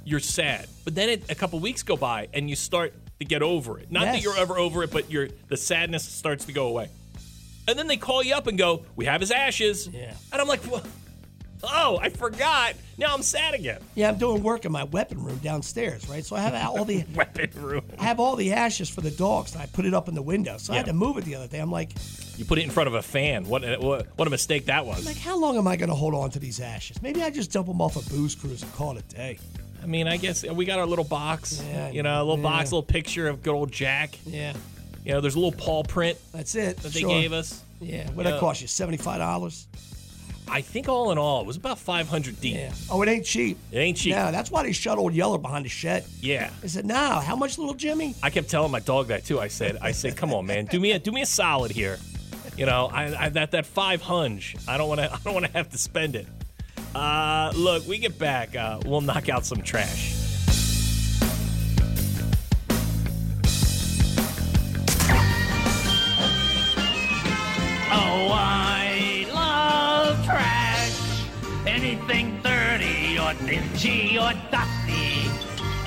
A: You're sad, but then it, a couple weeks go by, and you start to get over it. Not that
B: Yes.
A: you're ever over it, but your the sadness starts to go away. And then they call you up and go, "We have his ashes."
B: Yeah.
A: and I'm like, "What? Oh, I forgot. Now I'm sad again." <laughs>
B: yeah, I'm doing work in my weapon room downstairs, right? So I have all the
A: Weapon room.
B: I have all the ashes for the dogs, and I put it up in the window. So I had
A: Yeah.
B: to move it the other day. I'm like,
A: You put it in front of a fan. What a, what, what a mistake that was.
B: like how long am I going to hold on to these ashes? Maybe I just dump them off a booze cruise and call it a day.
A: I mean, I guess we got our little box.
B: Yeah, I
A: you know, a little box,
B: yeah.
A: little picture of good old Jack.
B: Yeah,
A: You know, there's a little paw print
B: that's it.
A: that they
B: sure.
A: gave us.
B: Yeah, what would
A: Yeah.
B: that cost you? Seventy five dollars.
A: I think all in all, it was about 500 deep.
B: Yeah. Oh, it ain't cheap.
A: It ain't cheap.
B: No, that's why they shut old Yeller behind the shed.
A: Yeah.
B: I said, "Now, how much, little Jimmy?"
A: I kept telling my dog that too. I said, I said, come on, man, do me a do me a solid here. You know, I, I that that five hunch. I don't want to. <laughs> I don't want to have to spend it. Uh, look, we get back. Uh, we'll knock out some trash. Oh, I love trash.
E: Anything dirty or dingy or dusty.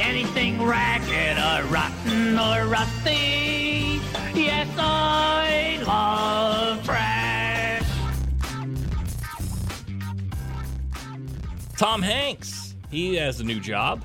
E: Anything ragged or rotten or rusty. Yes, I love trash.
A: Tom Hanks. He has a new job.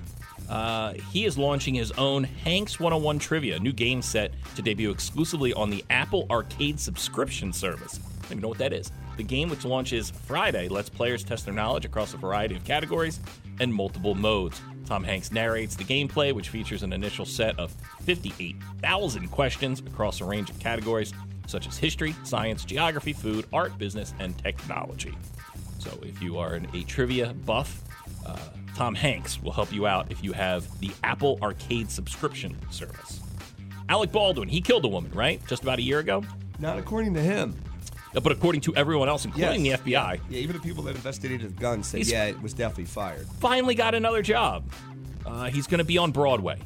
A: Uh, he is launching his own Hanks 101 Trivia, a new game set to debut exclusively on the Apple Arcade subscription service. I don't even know what that is. The game, which launches Friday, lets players test their knowledge across a variety of categories and multiple modes. Tom Hanks narrates the gameplay, which features an initial set of 58,000 questions across a range of categories such as history, science, geography, food, art, business, and technology. So if you are an, a trivia buff, uh, Tom Hanks will help you out if you have the Apple Arcade subscription service. Alec Baldwin, he killed a woman, right? Just about a year ago.
B: Not according to him.
A: Uh, But according to everyone else, including
B: Yes.
A: the FBI,
B: Yeah, even the people that investigated the gun said,
A: He's-
B: "Yeah, it was definitely fired."
A: finally got another job. Uh, he's going to be on Broadway.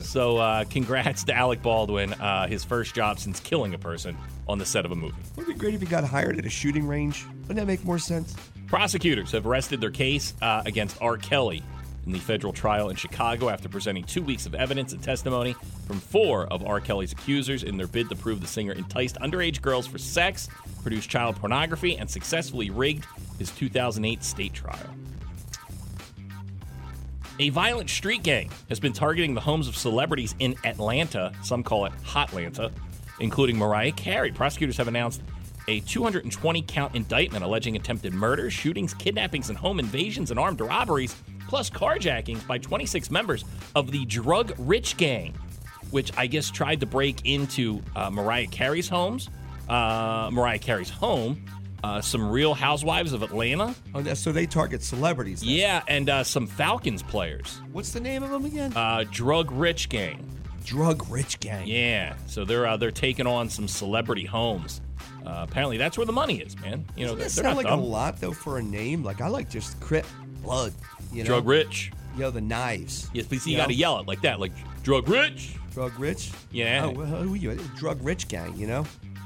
A: So uh, congrats to Alec Baldwin, uh, his first job since killing a person on the set of a movie.
B: Wouldn't it be great if he got hired at a shooting range? Wouldn't that make more sense?
A: Prosecutors have rested their case uh, against R. Kelly in the federal trial in Chicago after presenting two weeks of evidence and testimony from four of R. Kelly's accusers in their bid to prove the singer enticed underage girls for sex, produced child pornography, and successfully rigged his 2008 state trial. A violent street gang has been targeting the homes of celebrities in Atlanta, some call it Hotlanta, including Mariah Carey. Prosecutors have announced a 220 count indictment alleging attempted murder, shootings, kidnappings, and home invasions and armed robberies, plus carjackings by 26 members of the drug rich gang, which I guess tried to break into uh, Mariah Carey's homes, uh, Mariah Carey's home, uh, some real housewives of Atlanta.
B: Oh, that- so they target celebrities. then.
A: Yeah, and uh, some Falcons players
B: What's the name of them again?
A: uh, drug rich gang.
B: Drug Rich Gang.
A: Yeah, so they're uh, they're taking on some celebrity homes. Uh, apparently, that's where the money is, man. You
B: Doesn't that
A: know, they're, they're
B: sound
A: not
B: like
A: dumb.
B: a lot though for a name? Like I like just Crip Blood. You know?
A: drug rich.
B: Yo, the knives.
A: Yes, but see, you
B: Yeah.
A: got to yell it like that, like drug rich.
B: Drug Rich.
A: Yeah.
B: Oh, well, who are you? Drug Rich Gang. You know.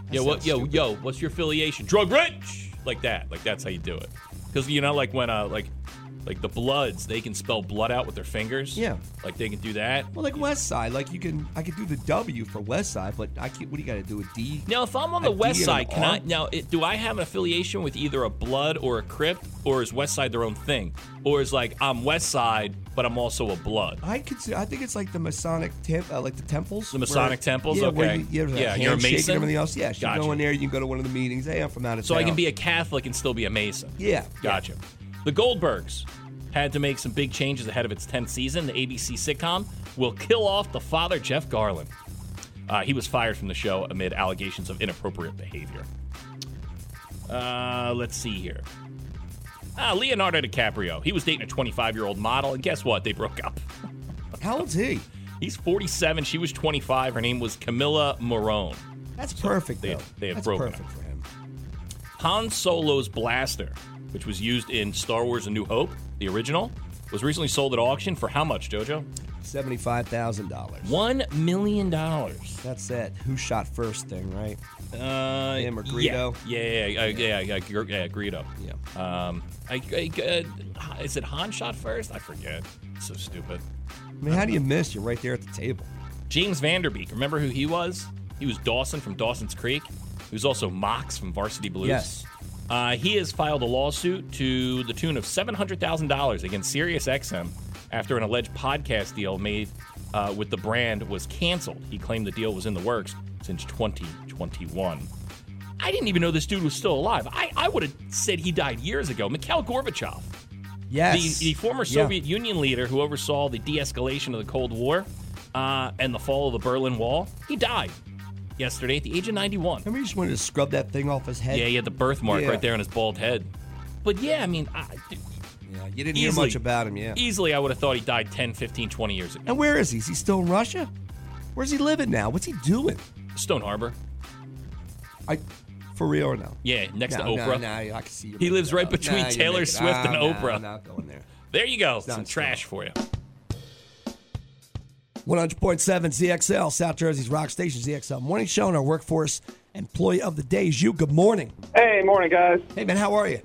B: That
A: Yeah, what?
B: sounds
A: Yo,
B: stupid.
A: yo, what's your affiliation? Drug rich, like that. Like that's how you do it. Because you know, like when uh, like like the Bloods, they can spell blood out with their fingers.
B: Yeah.
A: like they can do that.
B: Well, like West Side. Like you can, I could do the W for West Side, but I can't. What do you got to do a D?
A: Now, if I'm on
B: A
A: the
B: D
A: West
B: and
A: Side,
B: an
A: can I
B: R?
A: now? It, do I have an affiliation with either a Blood or a Crypt, or is West Side their own thing, or is like I'm West Side, but I'm also a Blood?
B: I could. I think it's like the Masonic temp, uh, like the temples.
A: The Masonic temples,
B: Yeah, where
A: okay.
B: you, yeah, there's
A: Yeah,
B: a
A: you're a
B: handshake
A: Mason?
B: And everything else. Yeah, you
A: Gotcha.
B: go in there. You can go to one of the meetings. Hey, I'm from out of
A: So
B: town.
A: I can be a Catholic and still be a Mason.
B: Yeah.
A: Gotcha. The Goldbergs had to make some big changes ahead of its 10th season. The ABC sitcom will kill off the father, Jeff Garland. Uh, he was fired from the show amid allegations of inappropriate behavior. Uh, let's see here. Ah, Leonardo DiCaprio. He was dating a 25 year old model, and guess what? They broke up. <laughs>
B: How old's he?
A: He's 47. She was 25. Her name was Camilla Morone.
B: That's perfect.
A: they-
B: though.
A: they have
B: That's
A: broken
B: perfect
A: up.
B: for him.
A: Han Solo's blaster, which was used in Star Wars A New Hope, the original, was recently sold at auction for how much, JoJo?
B: Seventy-five thousand dollars.
A: One million dollars.
B: That's that. Who shot first thing, right?
A: Uh,
B: Him or Greedo?
A: Yeah, yeah, yeah, yeah, yeah, yeah, Gr- yeah, Greedo.
B: Yeah.
A: Um, I, I, uh, is it Han shot first? I forget. So stupid.
B: I mean, how do you miss? You're right there at the table.
A: James Vanderbeek. Remember who he was? He was Dawson from Dawson's Creek. He was also Mox from Varsity Blues.
B: Yes.
A: Uh, he has filed a lawsuit to the tune of $700,000 against SiriusXM after an alleged podcast deal made uh, with the brand was canceled. He claimed the deal was in the works since 2021. I didn't even know this dude was still alive. I, I would have said he died years ago. Mikhail Gorbachev.
B: Yes.
A: The, the former
B: Yeah.
A: Soviet Union leader who oversaw the de escalation of the Cold War uh, and the fall of the Berlin Wall, he died yesterday at the age of 91.
B: Remember, he just wanted to scrub that thing off his head.
A: Yeah, he had the birthmark
B: Yeah.
A: right there on his bald head. But yeah, I mean, I,
B: Yeah, you didn't hear
A: easily, E-
B: much about him, yeah.
A: easily I would have thought he died 10, 15, 20 years ago.
B: And where is he? Is he still in Russia? Where's he living now? What's he doing?
A: Stone Harbor.
B: I, for real or no?
A: Yeah, next
B: no,
A: to Oprah.
B: No, no, I can see you.
A: He
B: making
A: lives
B: that
A: right
B: up.
A: between
B: Nah, you're
A: Taylor
B: making-
A: Swift
B: ah,
A: and
B: nah,
A: Oprah.
B: I'm not going there.
A: There you go. Some
B: not
A: trash for you.
B: 100.7 ZXL, South Jersey's rock station, ZXL Morning Show, and our workforce employee of the day is you. Good morning.
F: Hey, morning, guys.
B: Hey, man, how are you?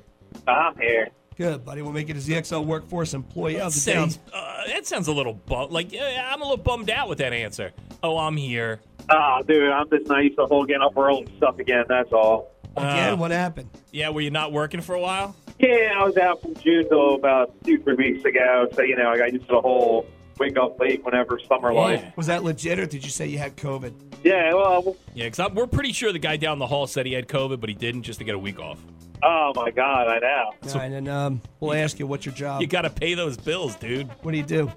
F: I'm here.
B: Good, buddy. We'll make it a ZXL workforce employee of the
A: Sounds,
B: day.
A: uh, that sounds a little bum. Like, yeah, I'm a little bummed out with that answer. Oh, I'm here.
F: Ah, dude, I'm just not used to the whole getting up early and stuff again. That's all.
B: Again, what happened?
A: Uh, Yeah, were you not working for a while?
F: Yeah, I was out from June till about two, three weeks ago. So you know, I got used to the whole wake up late whenever summer life.
B: Was that legit, or did you say you had COVID?
F: Yeah, well,
A: Yeah, because we're pretty sure the guy down the hall said he had COVID, but he didn't just to get a week off.
F: oh my God, I know.
B: All right, and um, we'll ask you what's your job.
F: Oh.
A: You got to pay those bills, dude.
B: what do you do?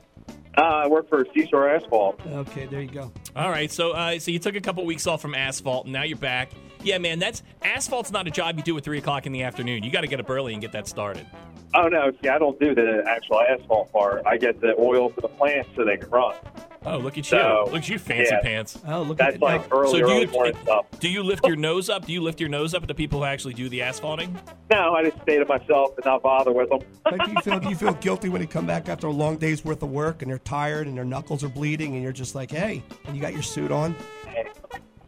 F: Uh, I work for Seashore Asphalt.
B: Okay, there you go.
A: All right, so uh, so you took a couple weeks off from asphalt, and now you're back. Yeah, man, that's asphalt's not a job you do at three o'clock in the afternoon. You got to get up early and get that started.
F: Oh no, see, I don't do the actual asphalt part. I get the oil for the plants so they can run.
A: Oh, look at you!
F: So,
A: look at you, fancy
F: yeah.
A: pants.
B: Oh, look at
F: That's
B: it.
F: like
B: No.
F: early,
A: do
F: early
A: you,
F: morning stuff.
A: do you lift your nose up? Do you lift your nose up at the people who actually do the asphalting?
F: No, I just stay to myself and not bother with them.
B: Like, do you feel do you feel guilty when you come back after a long day's worth of work and they're tired and their knuckles are bleeding and you're just like, hey, and you got your suit on?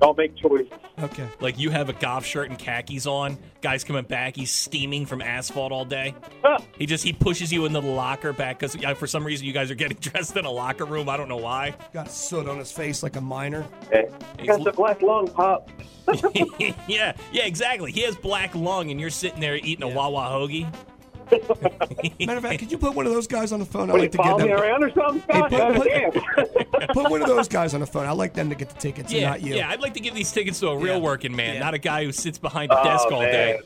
F: Don't make choices.
B: Okay.
A: Like you have a golf shirt and khakis on. Guy's coming back. He's steaming from asphalt all day. He just he pushes you into the locker back because for some reason you guys are getting <laughs> dressed in a locker room. I don't know why.
B: Got soot on his face like a miner.
F: Hey,
A: He's-
F: That's a black lung pop.
A: yeah, yeah, exactly. He has black lung, and you're sitting there eating a Wawa hoagie.
B: Matter of fact, could you put one of those guys on the phone? I'd
F: What,
B: like to
F: you
B: get
F: follow
B: them.
F: me around or something?
B: Hey,
F: God,
B: put-
F: damn.
B: <laughs> Put one of those guys on the phone. I'd like them to get the tickets, and
A: Yeah,
B: not you.
A: yeah. I'd like to give these tickets to a real
B: Yeah.
A: working man,
B: Yeah.
A: not a guy who sits behind a desk
F: Oh,
A: all
F: man.
A: day.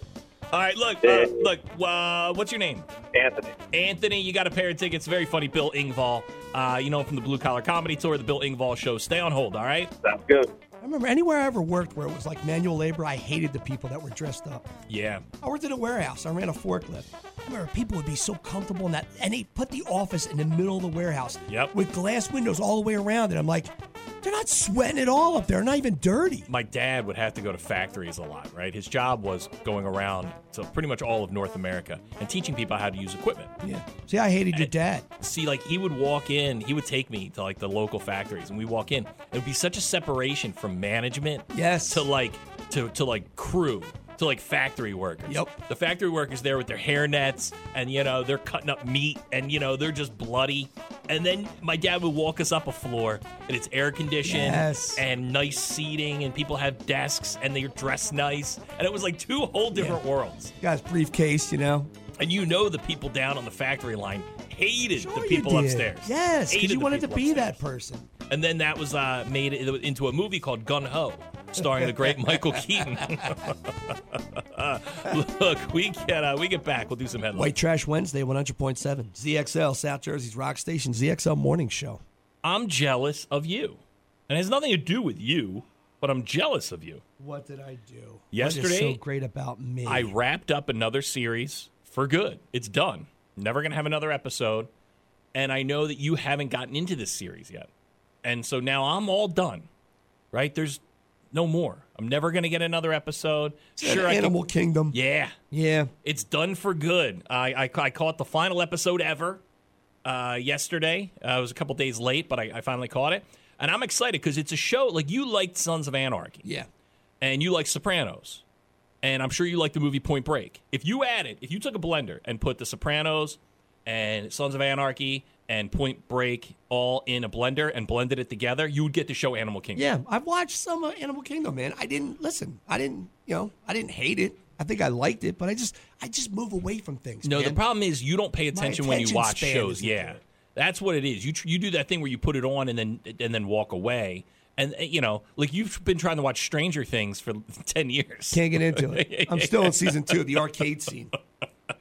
A: All right, look, uh,
F: Yeah.
A: look. Uh, what's your name?
F: Anthony.
A: Anthony, you got a pair of tickets. Very funny, Bill Ingvall. Uh, you know him from the Blue Collar Comedy Tour, the Bill Ingvall Show. Stay on hold, all right?
F: Sounds good.
B: I remember anywhere I ever worked where it was like manual labor, I hated the people that were dressed up.
A: Yeah.
B: I worked at a warehouse. I ran a forklift. I remember people would be so comfortable in that, and they put the office in the middle of the warehouse
A: Yep.
B: with glass windows all the way around. And I'm like, they're not sweating at all up there. They're not even dirty.
A: My dad would have to go to factories a lot, right? His job was going around to pretty much all of North America and teaching people how to use equipment.
B: Yeah. See, I hated your dad.
A: see like he would walk in he would take me to like the local factories and we walk in it would be such a separation from management
B: Yes.
A: to like to to like crew to like factory workers
B: Yep.
A: the factory workers there with their hair nets and you know they're cutting up meat and you know they're just bloody and then my dad would walk us up a floor and it's air conditioned
B: Yes.
A: and nice seating and people have desks and they're dressed nice and it was like two whole different worlds
B: Guy's briefcase, you know.
A: and you know the people down on the factory line hated
B: Sure
A: the
B: Oh, you
A: people
B: did.
A: upstairs.
B: Yes,
A: Hated
B: because you
A: the
B: wanted to
A: people
B: be
A: upstairs.
B: that person.
A: And then that was uh, made into a movie called Gun Ho, starring the great Michael Keaton. <laughs> Look, we get uh, we get back. We'll do some headlines.
B: White Trash Wednesday, 100.7. ZXL, South Jersey's Rock Station, ZXL Morning Show.
A: I'm jealous of you, and it has nothing to do with you, but I'm jealous of you.
B: What did I do? What is
A: Yesterday,
B: so great about me?
A: I wrapped up another series for good. It's done. Never going to have another episode. And I know that you haven't gotten into this series yet. And so now I'm all done, right? There's no more. I'm never going to get another episode. Sure, I
B: Animal
A: can.
B: Kingdom.
A: Yeah,
B: Yeah.
A: it's done for good. I, I, I caught the final episode ever uh, yesterday. Uh, I was a couple days late, but I, I finally caught it. And I'm excited because it's a show like you liked Sons of Anarchy
B: Yeah.
A: and you like Sopranos, and I'm sure you like the movie Point Break. If you added, if you took a blender and put The Sopranos and Sons of Anarchy and Point Break all in a blender and blended it together, you would get the show Animal Kingdom.
B: Yeah. I've watched some of Animal Kingdom, man. I didn't listen. I didn't, you know, I didn't hate it. I think I liked it, but I just I just move away from things.
A: No, the
B: man.
A: problem is you don't pay attention when you
B: attention
A: watch
B: span
A: shows.
B: isn't
A: Yeah,
B: good.
A: that's what it is. You tr- you do that thing where you put it on and then and then walk away. And uh, you know, like you've been trying to watch Stranger Things for <laughs> ten years. <laughs>
B: Can't get into it. I'm still in season two of the arcade scene.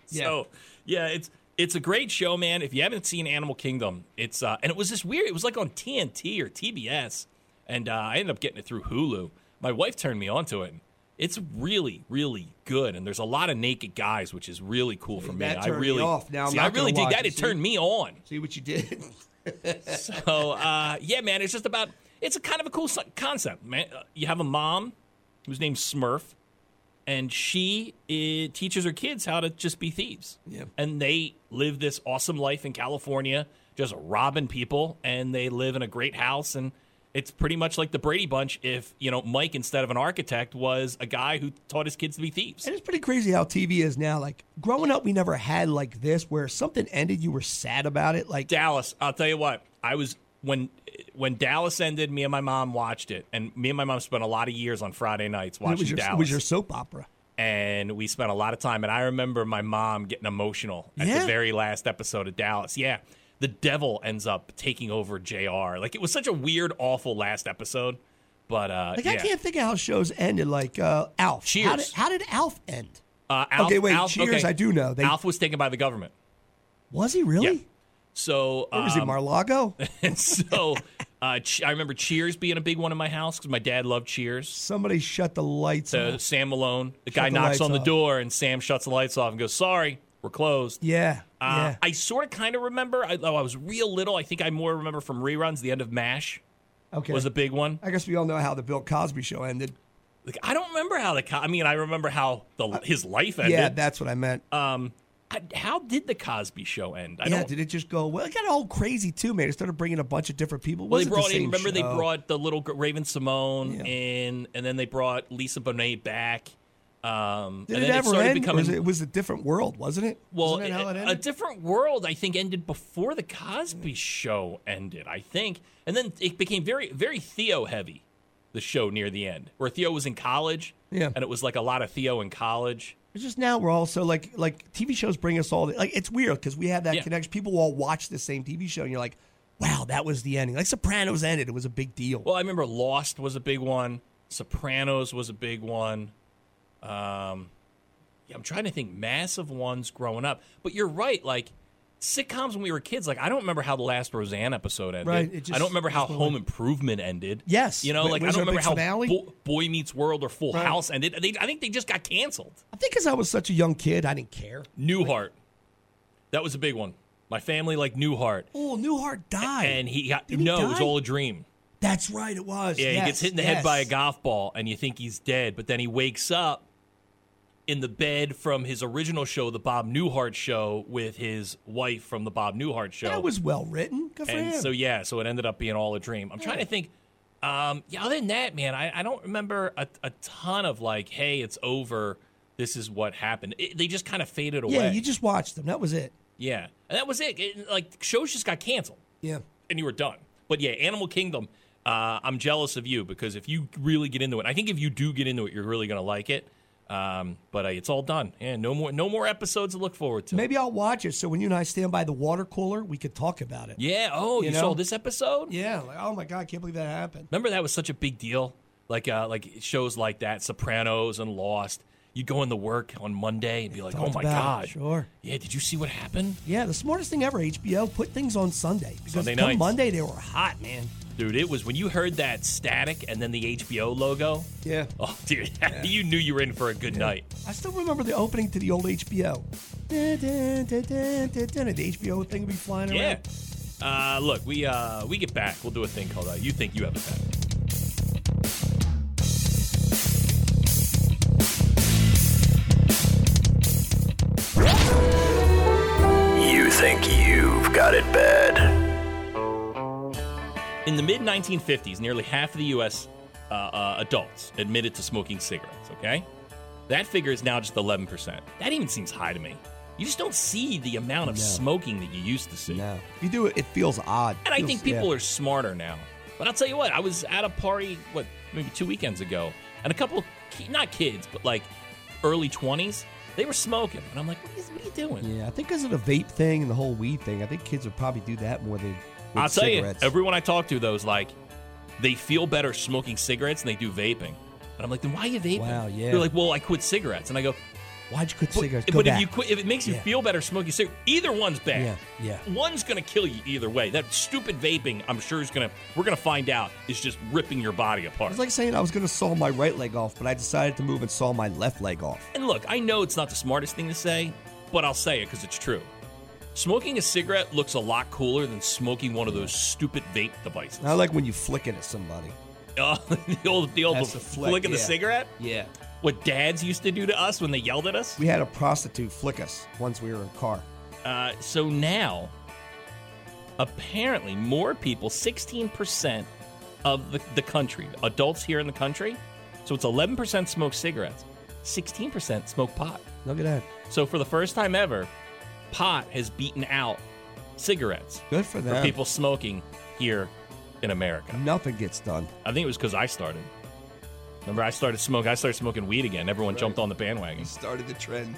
B: Yeah.
A: So yeah, it's It's a great show, man. If you haven't seen Animal Kingdom, it's uh, and it was this weird. It was like on TNT or TBS, and uh, I ended up getting it through Hulu. My wife turned me onto it. It's really, really good, and there's a lot of naked guys, which is really cool for me.
B: That
A: I
B: turned me
A: really,
B: off. Now I'm
A: see,
B: not
A: I really
B: gonna
A: dig
B: watch
A: that.
B: it.
A: It turned me on.
B: See what you did? <laughs>
A: <laughs> So uh, yeah, man, it's just about it's a kind of a cool so- concept, man. Uh, You have a mom who's named Smurf, and she uh teaches her kids how to just be thieves.
B: Yeah.
A: and they live this awesome life in California, just robbing people, and they live in a great house, and it's pretty much like the Brady Bunch. If you know Mike instead of an architect was a guy who taught his kids to be thieves.
B: And it's pretty crazy how TV is now. Like growing up, we never had like this where something ended, you were sad about it. Like
A: Dallas. I'll tell you what. I was when when Dallas ended. Me and my mom watched it, and me and my mom spent a lot of years on Friday nights
B: it
A: watching
B: was your
A: Dallas.
B: it was your soap opera.
A: and we spent a lot of time. And I remember my mom getting emotional at
B: Yeah.
A: the very last episode of Dallas. Yeah, the devil ends up taking over Jr. Like it was such a weird, awful last episode. But uh,
B: Like I
A: yeah.
B: can't think of how shows ended. Like uh, Alf. How
A: Cheers.
B: did, how did Alf end?
A: Uh, Alf,
B: okay, wait.
A: Alf-
B: Cheers.
A: okay.
B: I do know. They,
A: Alf was taken by the government.
B: was he really?
A: Yeah. So
B: Or was he
A: um, <laughs>
B: Marlago?
A: and so uh, Ch- I remember Cheers being a big one in my house because my dad loved Cheers.
B: Somebody shut the lights
A: So
B: off.
A: Sam Malone, the
B: Uh-huh. Shut
A: guy
B: the
A: knocks
B: lights
A: on the
B: off.
A: door, and Sam shuts the lights off and goes, "Sorry, we're closed."
B: Yeah.
A: Uh,
B: yeah.
A: I sort of kind of remember. I, though I was real little. I think I more remember from reruns. The end of Mash
B: okay.
A: was a big one.
B: I guess we all know how the Bill Cosby show ended.
A: Like, I don't remember how the. Co- I mean, I remember how the his life ended.
B: Uh, Yeah, that's what I meant.
A: um, I, how did the Cosby Show end? I
B: yeah,
A: don't.
B: did it just go? Well, it got all crazy too, man. It started bringing a bunch of different people.
A: well,
B: Was
A: they
B: it the
A: brought in.
B: same
A: Remember, they
B: show?
A: brought the little gr- Raven Simone
B: Yeah.
A: in, and then they brought Lisa Bonet back. Um,
B: Did
A: and
B: it
A: then
B: ever
A: started
B: end? Or
A: Becoming,
B: was it, it was a different world, wasn't it?
A: Well,
B: Wasn't that how it
A: a, a
B: ended?
A: different world, I think, ended before the Cosby Show ended. I think, and then it became very, very Theo heavy. The show near the end, where Theo was in college,
B: Yeah.
A: and it was like a lot of Theo in college.
B: It's just now we're all so like like TV shows bring us all the, like it's weird because we have that
A: Yeah.
B: connection. People all watch the same TV show, and you're like, wow, that was the ending. Like Sopranos ended, it was a big deal.
A: Well, I remember Lost was a big one, Sopranos was a big one. Um, yeah, I'm trying to think massive ones growing up, but you're right, like. Sitcoms when we were kids, like I don't remember how the last Roseanne episode ended.
B: Right, it just-
A: I don't remember how
B: just went
A: Home
B: away.
A: Improvement ended.
B: Yes,
A: you know,
B: but
A: like I
B: was
A: don't
B: there a
A: remember
B: big
A: how
B: finale?
A: Bo- Boy Meets World or Full
B: Right.
A: House ended. They, I think they just got canceled.
B: I think because I was such a young kid, I didn't care.
A: Newhart, that was a big one. My family liked Newhart,
B: Oh, Newhart died,
A: and he got
B: Didn't he
A: no, it was
B: die?
A: all a dream.
B: That's right, it was.
A: Yeah,
B: Yes,
A: he gets hit in the
B: yes.
A: head by a golf ball, and you think he's dead, but then he wakes up in the bed from his original show, the Bob Newhart Show, with his wife from the Bob Newhart Show.
B: That was well written. Good for
A: and
B: him.
A: so yeah, so it ended up being all a dream. I'm trying to think. Um, yeah, other than that, man, I, I don't remember a, a ton of like, hey, it's over. This is what happened. It, they just kind of faded away.
B: yeah, you just watched them. That was it.
A: yeah, and that was it. It- Like shows just got canceled,
B: Yeah.
A: and you were done. But yeah, Animal Kingdom. Uh, I'm jealous of you because if you really get into it, I think if you do get into it, you're really gonna like it. Um, but uh, it's all done. Yeah, no more, no more episodes to look forward to.
B: Maybe I'll watch it so when you and I stand by the water cooler, we could talk about it.
A: Yeah. Oh, you,
B: You know?
A: saw this episode?
B: Yeah, like, oh my God, I can't believe that happened.
A: Remember that was such a big deal. Like uh, like shows like that, Sopranos and Lost. You'd go into work on Monday and be like, "Oh
B: Talked
A: my
B: about
A: god,
B: it, Sure.
A: yeah, did you see what happened,
B: Yeah, the smartest thing ever, HBO put things on Sunday. Because
A: Sunday
B: come
A: nights.
B: Monday they were hot, man.
A: dude?" It was when you heard that static and then the HBO logo.
B: Yeah.
A: Oh, dude, <laughs> you knew you were in for a good night.
B: I still remember the opening to the old HBO. Dun, dun, dun, dun, dun, dun, and the HBO thing would be flying around.
A: Yeah. Uh, look, we uh, we get back. We'll do a thing called uh, "You Think You Have a Fact."
G: You think you've got it bad.
A: In the mid 1950s, nearly half of the U.S. Uh, uh, adults admitted to smoking cigarettes. Okay, that figure is now just 11 percent. That even seems high to me. You just don't see the amount of smoking that you used to see.
B: No. If you do it, it feels odd.
A: And I
B: Feels-
A: think people
B: yeah.
A: are smarter now. But I'll tell you what, I was at a party, what, maybe two weekends ago, and a couple, ki- not kids, but like early 20s, they were smoking. And I'm like, what, is, what are you doing?
B: Yeah, I think because of the vape thing and the whole weed thing, I think kids would probably do that more than with
A: I'll tell
B: cigarettes.
A: you, everyone I talk to, though, is like, they feel better smoking cigarettes than they do vaping. And I'm like, then why are you vaping?
B: Wow, yeah.
A: They're like, well, I quit cigarettes. And I go,
B: Why'd you quit cigarettes?
A: But
B: Go
A: if
B: back.
A: you quit, if it makes you
B: Yeah.
A: feel better smoking a cigarette, either one's bad.
B: Yeah, yeah.
A: One's gonna kill you either way. That stupid vaping, I'm sure is gonna. We're gonna find out is just ripping your body apart.
B: It's like saying I was going to saw my right leg off, but I decided to move and saw my left leg off.
A: and look, I know it's not the smartest thing to say, but I'll say it because it's true. Smoking a cigarette looks a lot cooler than smoking one of those stupid vape devices.
B: I like when you flick it at somebody.
A: Oh, <laughs> the old, the old
B: That's
A: the
B: a flick,
A: flick of the
B: yeah.
A: cigarette.
B: Yeah.
A: What dads used to do to us when they yelled at us.
B: We had a prostitute flick us once we were in a car.
A: Uh, so now, apparently, more people, 16% of the, the country, adults here in the country, so it's 11% smoke cigarettes, 16% smoke pot.
B: Look at that.
A: So for the first time ever, pot has beaten out cigarettes
B: Good for
A: for
B: them.
A: people smoking here in America.
B: Nothing gets done.
A: I think it was because I started. Remember, I started smoking. I started smoking weed again. Everyone jumped on the bandwagon.
B: Started the trend.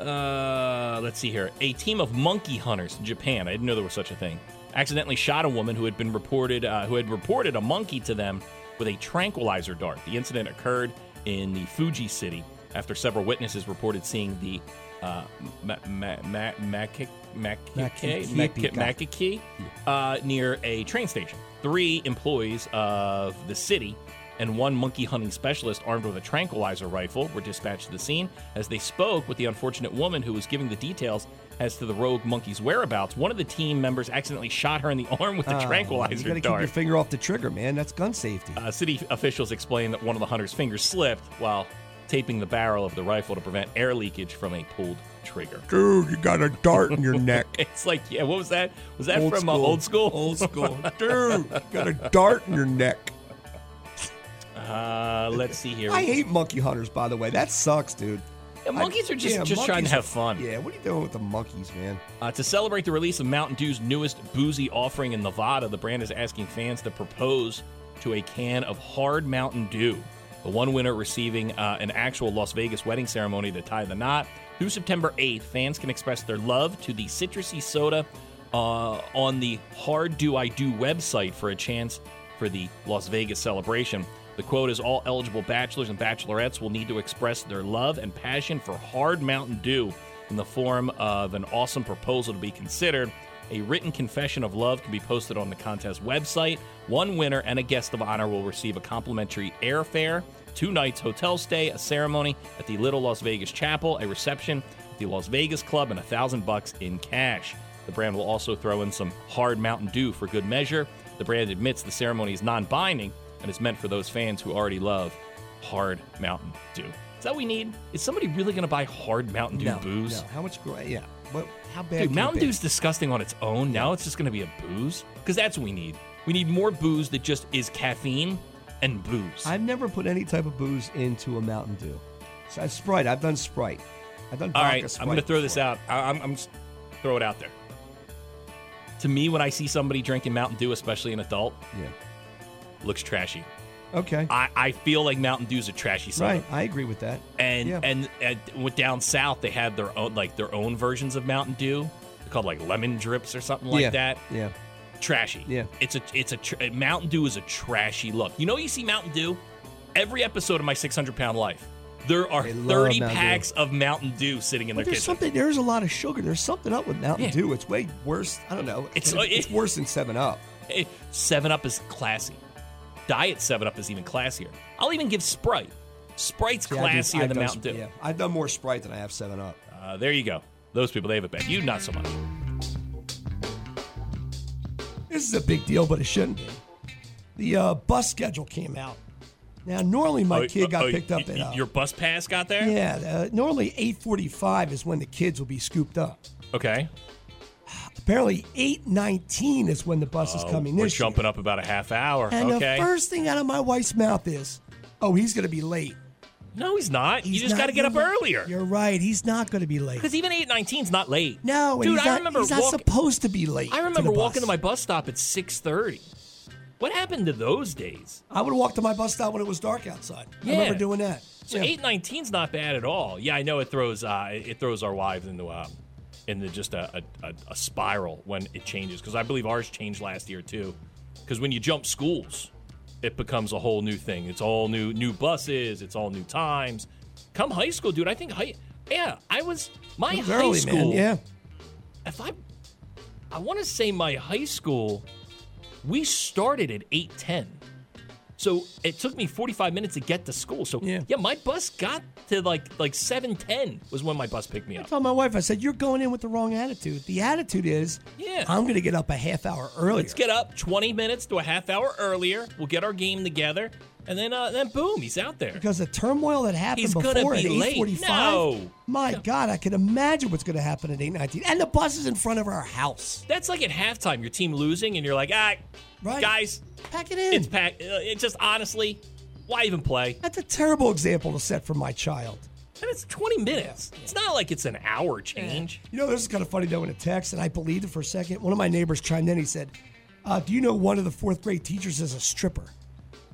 A: Uh, let's see here. A team of monkey hunters in Japan. I didn't know there was such a thing. Accidentally shot a woman who had been reported uh, who had reported a monkey to them with a tranquilizer dart. The incident occurred in the Fuji city after several witnesses reported seeing the uh, ma- ma- ma- makik- makike-
B: Makikipika.
A: maki- makiki, uh, near a train station. Three employees of the city and one monkey hunting specialist armed with a tranquilizer rifle were dispatched to the scene. As they spoke with the unfortunate woman who was giving the details as to the rogue monkey's whereabouts, one of the team members accidentally shot her in the <laughs> arm with the
B: Oh, You
A: tranquilizer
B: gotta keep
A: dart.
B: your finger off the trigger, man. That's gun safety.
A: Uh, city officials explained that one of the hunter's fingers slipped while taping the barrel of the rifle to prevent air leakage from a pulled trigger. <laughs>
B: Dude, you got a dart in your neck.
A: It's like, yeah, what was that? Was that from Uh, old school? <laughs>
B: Old school. Dude, you got a dart in your neck.
A: Uh, let's see here.
B: I hate monkey hunters, by the way. That sucks, dude.
A: Yeah, monkeys
B: I-
A: are just,
B: yeah,
A: just trying to
B: monkeys-
A: have fun.
B: Yeah, what are you doing with the monkeys, man?
A: Uh, to celebrate the release of Mountain Dew's newest boozy offering in Nevada, the brand is asking fans to propose to a can of hard Mountain Dew. The one winner receiving uh, an actual Las Vegas wedding ceremony to tie the knot. Through September 8th, fans can express their love to the citrusy soda uh, on the Hard Do I Do website for a chance for the Las Vegas celebration. The quote is All eligible bachelors and bachelorettes will need to express their love and passion for hard Mountain Dew in the form of an awesome proposal to be considered. A written confession of love can be posted on the contest website. One winner and a guest of honor will receive a complimentary airfare, two nights hotel stay, a ceremony at the Little Las Vegas Chapel, a reception at the Las Vegas Club, and a thousand bucks in cash. The brand will also throw in some hard Mountain Dew for good measure. The brand admits the ceremony is non binding and is meant for those fans who already love hard Mountain Dew. Is that what we need? Is somebody really going to buy hard Mountain Dew booze?
B: No. How much? gr- Yeah. What, how bad?
A: Dude,
B: can it
A: Mountain
B: be?
A: Dew's disgusting on its own. Now it's just going to be a booze because that's what we need. We need more booze that just is caffeine and booze.
B: I've never put any type of booze into a Mountain Dew. So, I've Sprite. I've done Sprite. I've done.
A: All
B: vodka
A: right, I'm
B: Sprite
A: going to throw this
B: before.
A: out. I, I'm, I'm just throw it out there. To me, when I see somebody drinking Mountain Dew, especially an adult,
B: Yeah.
A: looks trashy.
B: Okay.
A: I, I feel like Mountain Dew's a trashy soda.
B: right. I agree with that.
A: And,
B: Yeah.
A: and and with down south, they had their own like their own versions of Mountain Dew They're called like lemon drips or something like
B: yeah.
A: that.
B: Yeah.
A: trashy.
B: Yeah.
A: It's a it's a tr- Mountain Dew is a trashy look. You know, you see Mountain Dew every episode of my 600 pound life. There are
B: They love
A: 30
B: Mountain
A: packs of Mountain Dew sitting in
B: But
A: their
B: there's
A: kitchen.
B: something. There's a lot of sugar. There's something up with Mountain
A: Yeah.
B: Dew. It's way worse. I don't know.
A: It's- uh,
B: It's, it's
A: it-
B: worse than Seven Up.
A: Eh, Seven Up is classy. Diet Seven Up is even classier. I'll even give Sprite. Sprite's
B: Yeah, I do-
A: classier
B: I've
A: than
B: done
A: Mountain
B: Sp-
A: Dew.
B: Yeah. I've done more Sprite than I have Seven Up.
A: Uh, there you go. Those people they have it bad. You not so much.
B: This is a big deal, but it shouldn't be. The uh, bus schedule came out. Now, normally my
A: Oh,
B: kid got
A: oh,
B: picked
A: y-
B: up
A: y-
B: at uh,
A: your bus pass got there.
B: yeah. Uh, normally 8:45 is when the kids will be scooped up.
A: Okay.
B: Apparently 8:19 is when the bus is coming
A: Oh, We're
B: this year.
A: jumping up about a half hour.
B: And
A: okay.
B: the first thing out of my wife's mouth is, "Oh, he's going to be late."
A: no, he's not.
B: He's
A: you just
B: not
A: got to get up
B: gonna-
A: earlier.
B: You're right. He's not going to be late.
A: Because even 819's not late.
B: No, and
A: dude,
B: he's
A: I
B: not,
A: remember
B: he's not
A: walk-
B: supposed to be late.
A: I remember
B: the
A: walking to my
B: bus.
A: bus stop at 630. What happened to those days?
B: I would walk to my bus stop when it was dark outside. I
A: Yeah.
B: remember doing that.
A: So
B: Yeah.
A: 819's not bad at all. Yeah, I know it throws uh, it throws our wives into uh, into just a, a, a, a spiral when it changes because I believe ours changed last year too. Because when you jump schools, it becomes a whole new thing. It's all new new buses. It's all new times. Come high school, dude. I think high. Yeah, I was my
B: It was
A: high
B: early, man,
A: school.
B: yeah.
A: If I, I want to say my high school, we started at eight ten. So it took me 45 minutes to get to school. So yeah, my bus got to like like 7:10 was when my bus picked me
B: I
A: up.
B: told my wife, I said, "You're going in with the wrong attitude. The attitude is,
A: Yeah.
B: I'm going to get up a half hour earlier."
A: Let's get up 20 minutes to a half hour earlier. We'll get our game together, and then uh, then boom, he's out there.
B: Because the turmoil that happened
A: He's
B: before
A: gonna
B: at
A: be late.
B: 845,
A: No.
B: my God, I can imagine what's going to happen at 819. And the bus is in front of our house.
A: That's like at halftime, your team losing, and you're like, ah,
B: Right.
A: guys,
B: pack it in.
A: It's pack. uh, It's just honestly, why even play?
B: That's a terrible example to set for my child.
A: And it's 20 minutes. It's not like it's an hour change.
B: You know, this is kind of funny though in a text, and I believed it for a second. One of my neighbors chimed in. He said, uh, "Do you know one of the fourth grade teachers is a stripper?"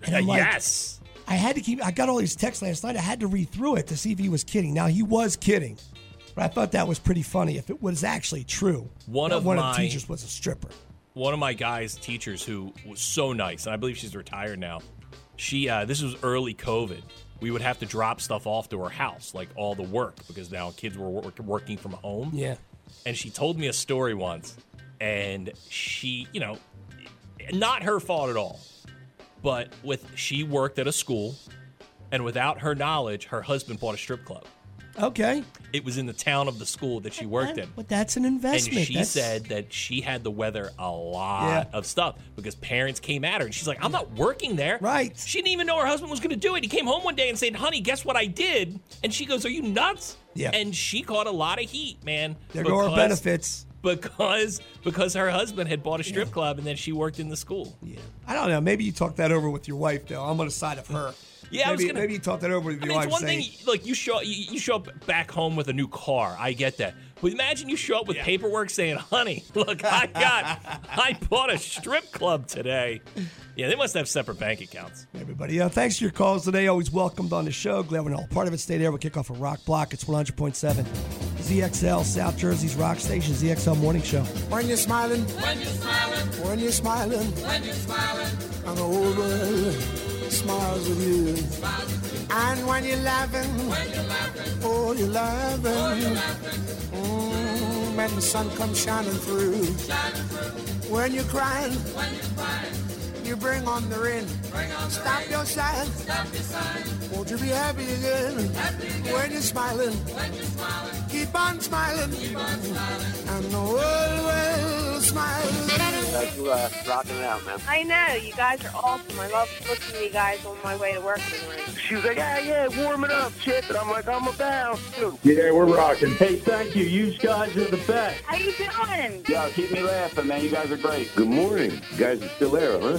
B: And I'm like,
A: yes.
B: I had to keep. I got all these texts last night. I had to read through it to see if he was kidding. Now he was kidding, but I thought that was pretty funny. If it was actually true,
A: One
B: that
A: of
B: one
A: my-
B: of the teachers was a stripper.
A: one of my guys teachers who was so nice and i believe she's retired now she uh, this was early covid we would have to drop stuff off to her house like all the work because now kids were work- working from home
B: Yeah.
A: and she told me a story once and she you know not her fault at all but with she worked at a school and without her knowledge her husband bought a strip club
B: Okay,
A: it was in the town of the school that she worked in
B: but that's an investment.
A: and she
B: That's-
A: said that she had to weather a lot
B: Yeah.
A: of stuff because parents came at her, and she's like, "I'm not working there."
B: Right.
A: She didn't even know her husband was going to do it. He came home one day and said, "Honey, guess what I did?" And she goes, "Are you nuts?"
B: Yeah.
A: And she caught a lot of heat, man.
B: "There go our
A: because-
B: benefits."
A: because because her husband had bought a strip club and then she worked in the school.
B: Yeah. I don't know. Maybe you talked that over with your wife, though. I'm on the side of her.
A: <laughs>
B: maybe,
A: Yeah, I was gonna-
B: maybe you talked that over with your
A: I mean,
B: wife.
A: it's one
B: saying,
A: thing. Like you show you, you show up back home with a new car. I get that. But imagine you show up with paperwork saying, "Honey, look, I got,
B: <laughs>
A: I bought a strip club today." Yeah, they must have separate bank accounts.
B: everybody. Uh, thanks for your calls today. Always welcomed on the show. Glad we're all part of it. Stay there. We'll kick off a rock block. It's 100.7 ZXL, South Jersey's rock station, ZXL Morning Show.
H: When you're smiling, when you're smiling, when you're smiling, when you're smiling, and the whole world smiles with you. And when you're laughing, when you're laughing, oh, you're laughing. Mm, when the sun comes shining through. When you're crying, when you're crying, you bring on the rain. Stop your sighing. Stop your sighing. Won't you be happy again? Happy again. When you're smiling, when you're smiling, keep on smiling. Keep on smiling. And the world will smile.
I: Guys, you uh, rocking it out, man.
J: I know, you guys are awesome. I love looking at you guys on my way to work in the morning.
I: She was like, yeah, yeah, warming up, shit. And I'm like, I'm about to.
K: Yeah, we're rocking. Hey, thank you. You guys are the best.
J: How you doing?
I: Yo, keep me laughing, man. You guys are great.
K: Good morning. You guys are still there, huh?